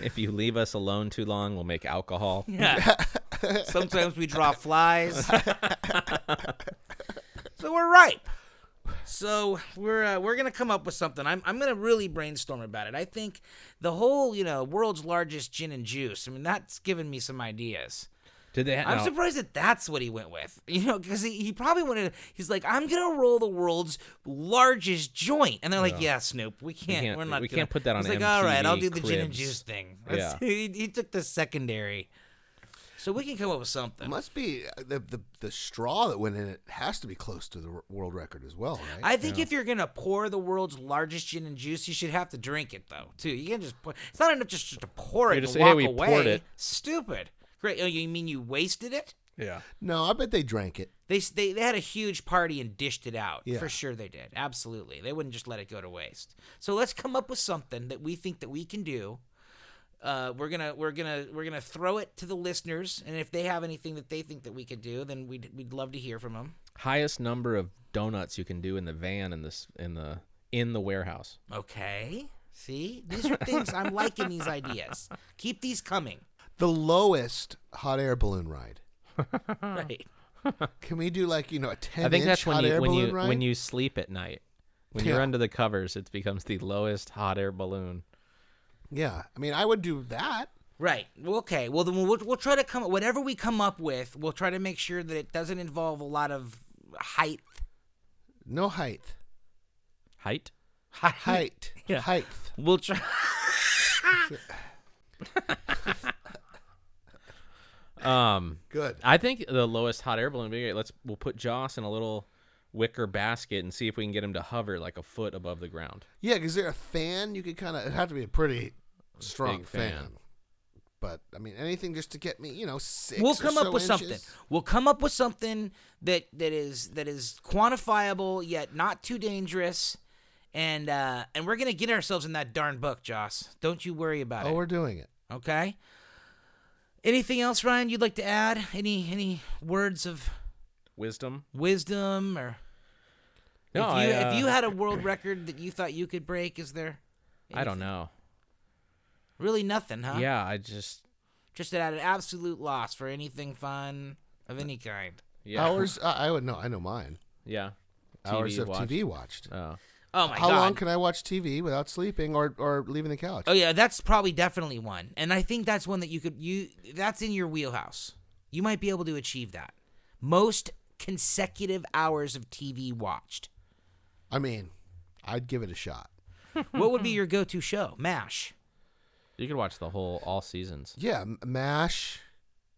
Speaker 2: If you leave us alone too long, we'll make alcohol.
Speaker 1: Yeah. Sometimes we draw flies. so we're ripe. So we're uh, we're gonna come up with something. I'm I'm gonna really brainstorm about it. I think the whole you know world's largest gin and juice. I mean that's given me some ideas.
Speaker 2: Did they?
Speaker 1: I'm
Speaker 2: no.
Speaker 1: surprised that that's what he went with. You know, because he, he probably wanted. He's like, I'm gonna roll the world's largest joint, and they're like, Yeah, Snoop, we can't. We
Speaker 2: can't-
Speaker 1: are not.
Speaker 2: we
Speaker 1: gonna.
Speaker 2: can't put that on
Speaker 1: He's like, All right, I'll do the
Speaker 2: MTV
Speaker 1: gin and
Speaker 2: Cribs."
Speaker 1: juice thing. That's-
Speaker 2: Yeah.
Speaker 1: he, he took the secondary, so we can come up with something.
Speaker 3: Must be uh, the, the the straw that went in it has to be close to the r- world record as well, right?
Speaker 1: I think if you're gonna pour the world's largest gin and juice, you should have to drink it though too. You can't just pour. It's not enough just to pour it
Speaker 2: You
Speaker 1: and
Speaker 2: just say,
Speaker 1: walk
Speaker 2: "Hey, we
Speaker 1: away.
Speaker 2: poured it.
Speaker 1: Stupid. Great. Oh, you mean you wasted it?
Speaker 2: Yeah.
Speaker 3: no, I bet they drank it.
Speaker 1: They, s- they they had a huge party and dished it out.
Speaker 3: Yeah.
Speaker 1: For sure they did. Absolutely. They wouldn't just let it go to waste. So let's come up with something that we think that we can do. Uh, we're gonna we're gonna we're gonna throw it to the listeners, and if they have anything that they think that we could do, then we'd we'd love to hear from them.
Speaker 2: Highest number of donuts you can do in the van in this in the in the warehouse.
Speaker 1: Okay. See, these are things I'm liking these ideas. Keep these coming.
Speaker 3: The lowest hot air balloon ride.
Speaker 1: Right.
Speaker 3: Can we do like you know a ten?
Speaker 2: I think that's
Speaker 3: inch
Speaker 2: when
Speaker 3: hot
Speaker 2: you
Speaker 3: air
Speaker 2: when
Speaker 3: balloon
Speaker 2: you
Speaker 3: ride?
Speaker 2: when you sleep at night. When
Speaker 3: Yeah.
Speaker 2: you're under the covers, it becomes the lowest hot air balloon.
Speaker 3: yeah. I mean, I would do that.
Speaker 1: Right. Well, Okay. Well, then we'll, we'll try to come whatever we come up with. We'll try to make sure that it doesn't involve a lot of height.
Speaker 3: No height,
Speaker 2: Height?
Speaker 3: height,
Speaker 1: Yeah.
Speaker 3: height.
Speaker 1: We'll try.
Speaker 2: Um
Speaker 3: Good.
Speaker 2: I think the lowest hot air balloon would be great. Let's we'll put Joss in a little wicker basket and see if we can get him to hover like a foot above the ground.
Speaker 3: Yeah, because they're a fan. You could kind of. It'd have to be a pretty strong
Speaker 2: Big fan.
Speaker 3: But I mean, anything just to get me, you know, six.
Speaker 1: we'll
Speaker 3: or
Speaker 1: come up
Speaker 3: so
Speaker 1: with something.
Speaker 3: inches.
Speaker 1: We'll come up with something that that is that is quantifiable yet not too dangerous, and uh, and we're gonna get ourselves in that darn book, Joss. Don't you worry about
Speaker 3: Oh,
Speaker 1: it.
Speaker 3: we're doing it.
Speaker 1: Okay. Anything else, Ryan? You'd like to add any any words of
Speaker 2: Wisdom.
Speaker 1: wisdom or
Speaker 2: No,
Speaker 1: if you
Speaker 2: I, uh,
Speaker 1: if you had a world record that you thought you could break, is there
Speaker 2: I don't know.
Speaker 1: really nothing, huh?
Speaker 2: Yeah, I just.
Speaker 1: Just at an absolute loss for anything fun of any kind.
Speaker 2: Yeah.
Speaker 3: Hours. Uh, I would know. I know mine.
Speaker 2: Yeah.
Speaker 3: Hours of
Speaker 2: watch.
Speaker 3: TV watched.
Speaker 2: Oh.
Speaker 1: Oh my
Speaker 3: How
Speaker 1: god.
Speaker 3: long can I watch TV without sleeping or or leaving the couch?
Speaker 1: Oh yeah, that's probably definitely one, and I think that's one that you could you that's in your wheelhouse. You might be able to achieve that. Most consecutive hours of TV watched.
Speaker 3: I mean, I'd give it a shot.
Speaker 1: what would be your go-to show? Mash.
Speaker 2: You could watch the whole all seasons.
Speaker 3: Yeah, M- Mash,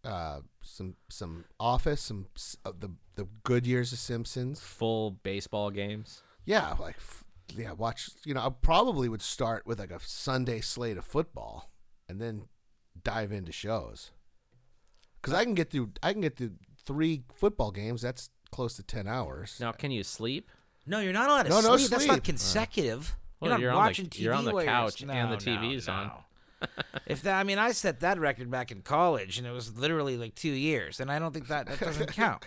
Speaker 3: uh, some some Office, some s- of the the good years of Simpsons.
Speaker 2: Full baseball games.
Speaker 3: Yeah, like f- yeah, watch. You know, I probably would start with like a Sunday slate of football, and then dive into shows. Because I can get through, I can get through three football games. That's close to ten hours.
Speaker 2: Now, can you sleep?
Speaker 1: No, you're not allowed to
Speaker 3: No,
Speaker 1: sleep.
Speaker 3: no
Speaker 1: That's not
Speaker 3: sleep.
Speaker 1: consecutive.
Speaker 2: Well,
Speaker 1: you're not
Speaker 2: you're on the-
Speaker 1: watching TV.
Speaker 2: you're on the
Speaker 1: while
Speaker 2: couch
Speaker 1: no,
Speaker 2: and the
Speaker 1: no,
Speaker 2: TV's
Speaker 1: no.
Speaker 2: on.
Speaker 1: if that, I mean, I set that record back in college, and it was literally like two years, and I don't think that that doesn't count.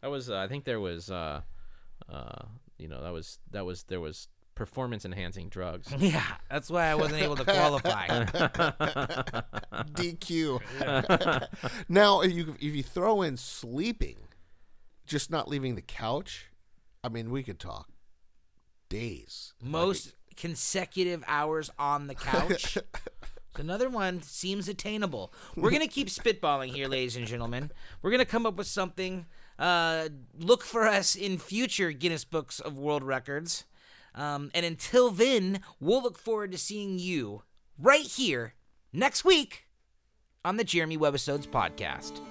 Speaker 2: That was. Uh, I think there was. Uh, uh, you know, that was that was there was performance enhancing drugs.
Speaker 1: yeah, that's why I wasn't able to qualify.
Speaker 3: DQ. now, if you if you throw in sleeping, just not leaving the couch, I mean, we could talk days.
Speaker 1: Most consecutive hours on the couch. So Another one seems attainable. We're gonna keep spitballing here, ladies and gentlemen. We're gonna come up with something. Uh, look for us in future Guinness Books of World Records. Um, and until then, we'll look forward to seeing you right here next week on the Jeremy Webisodes podcast.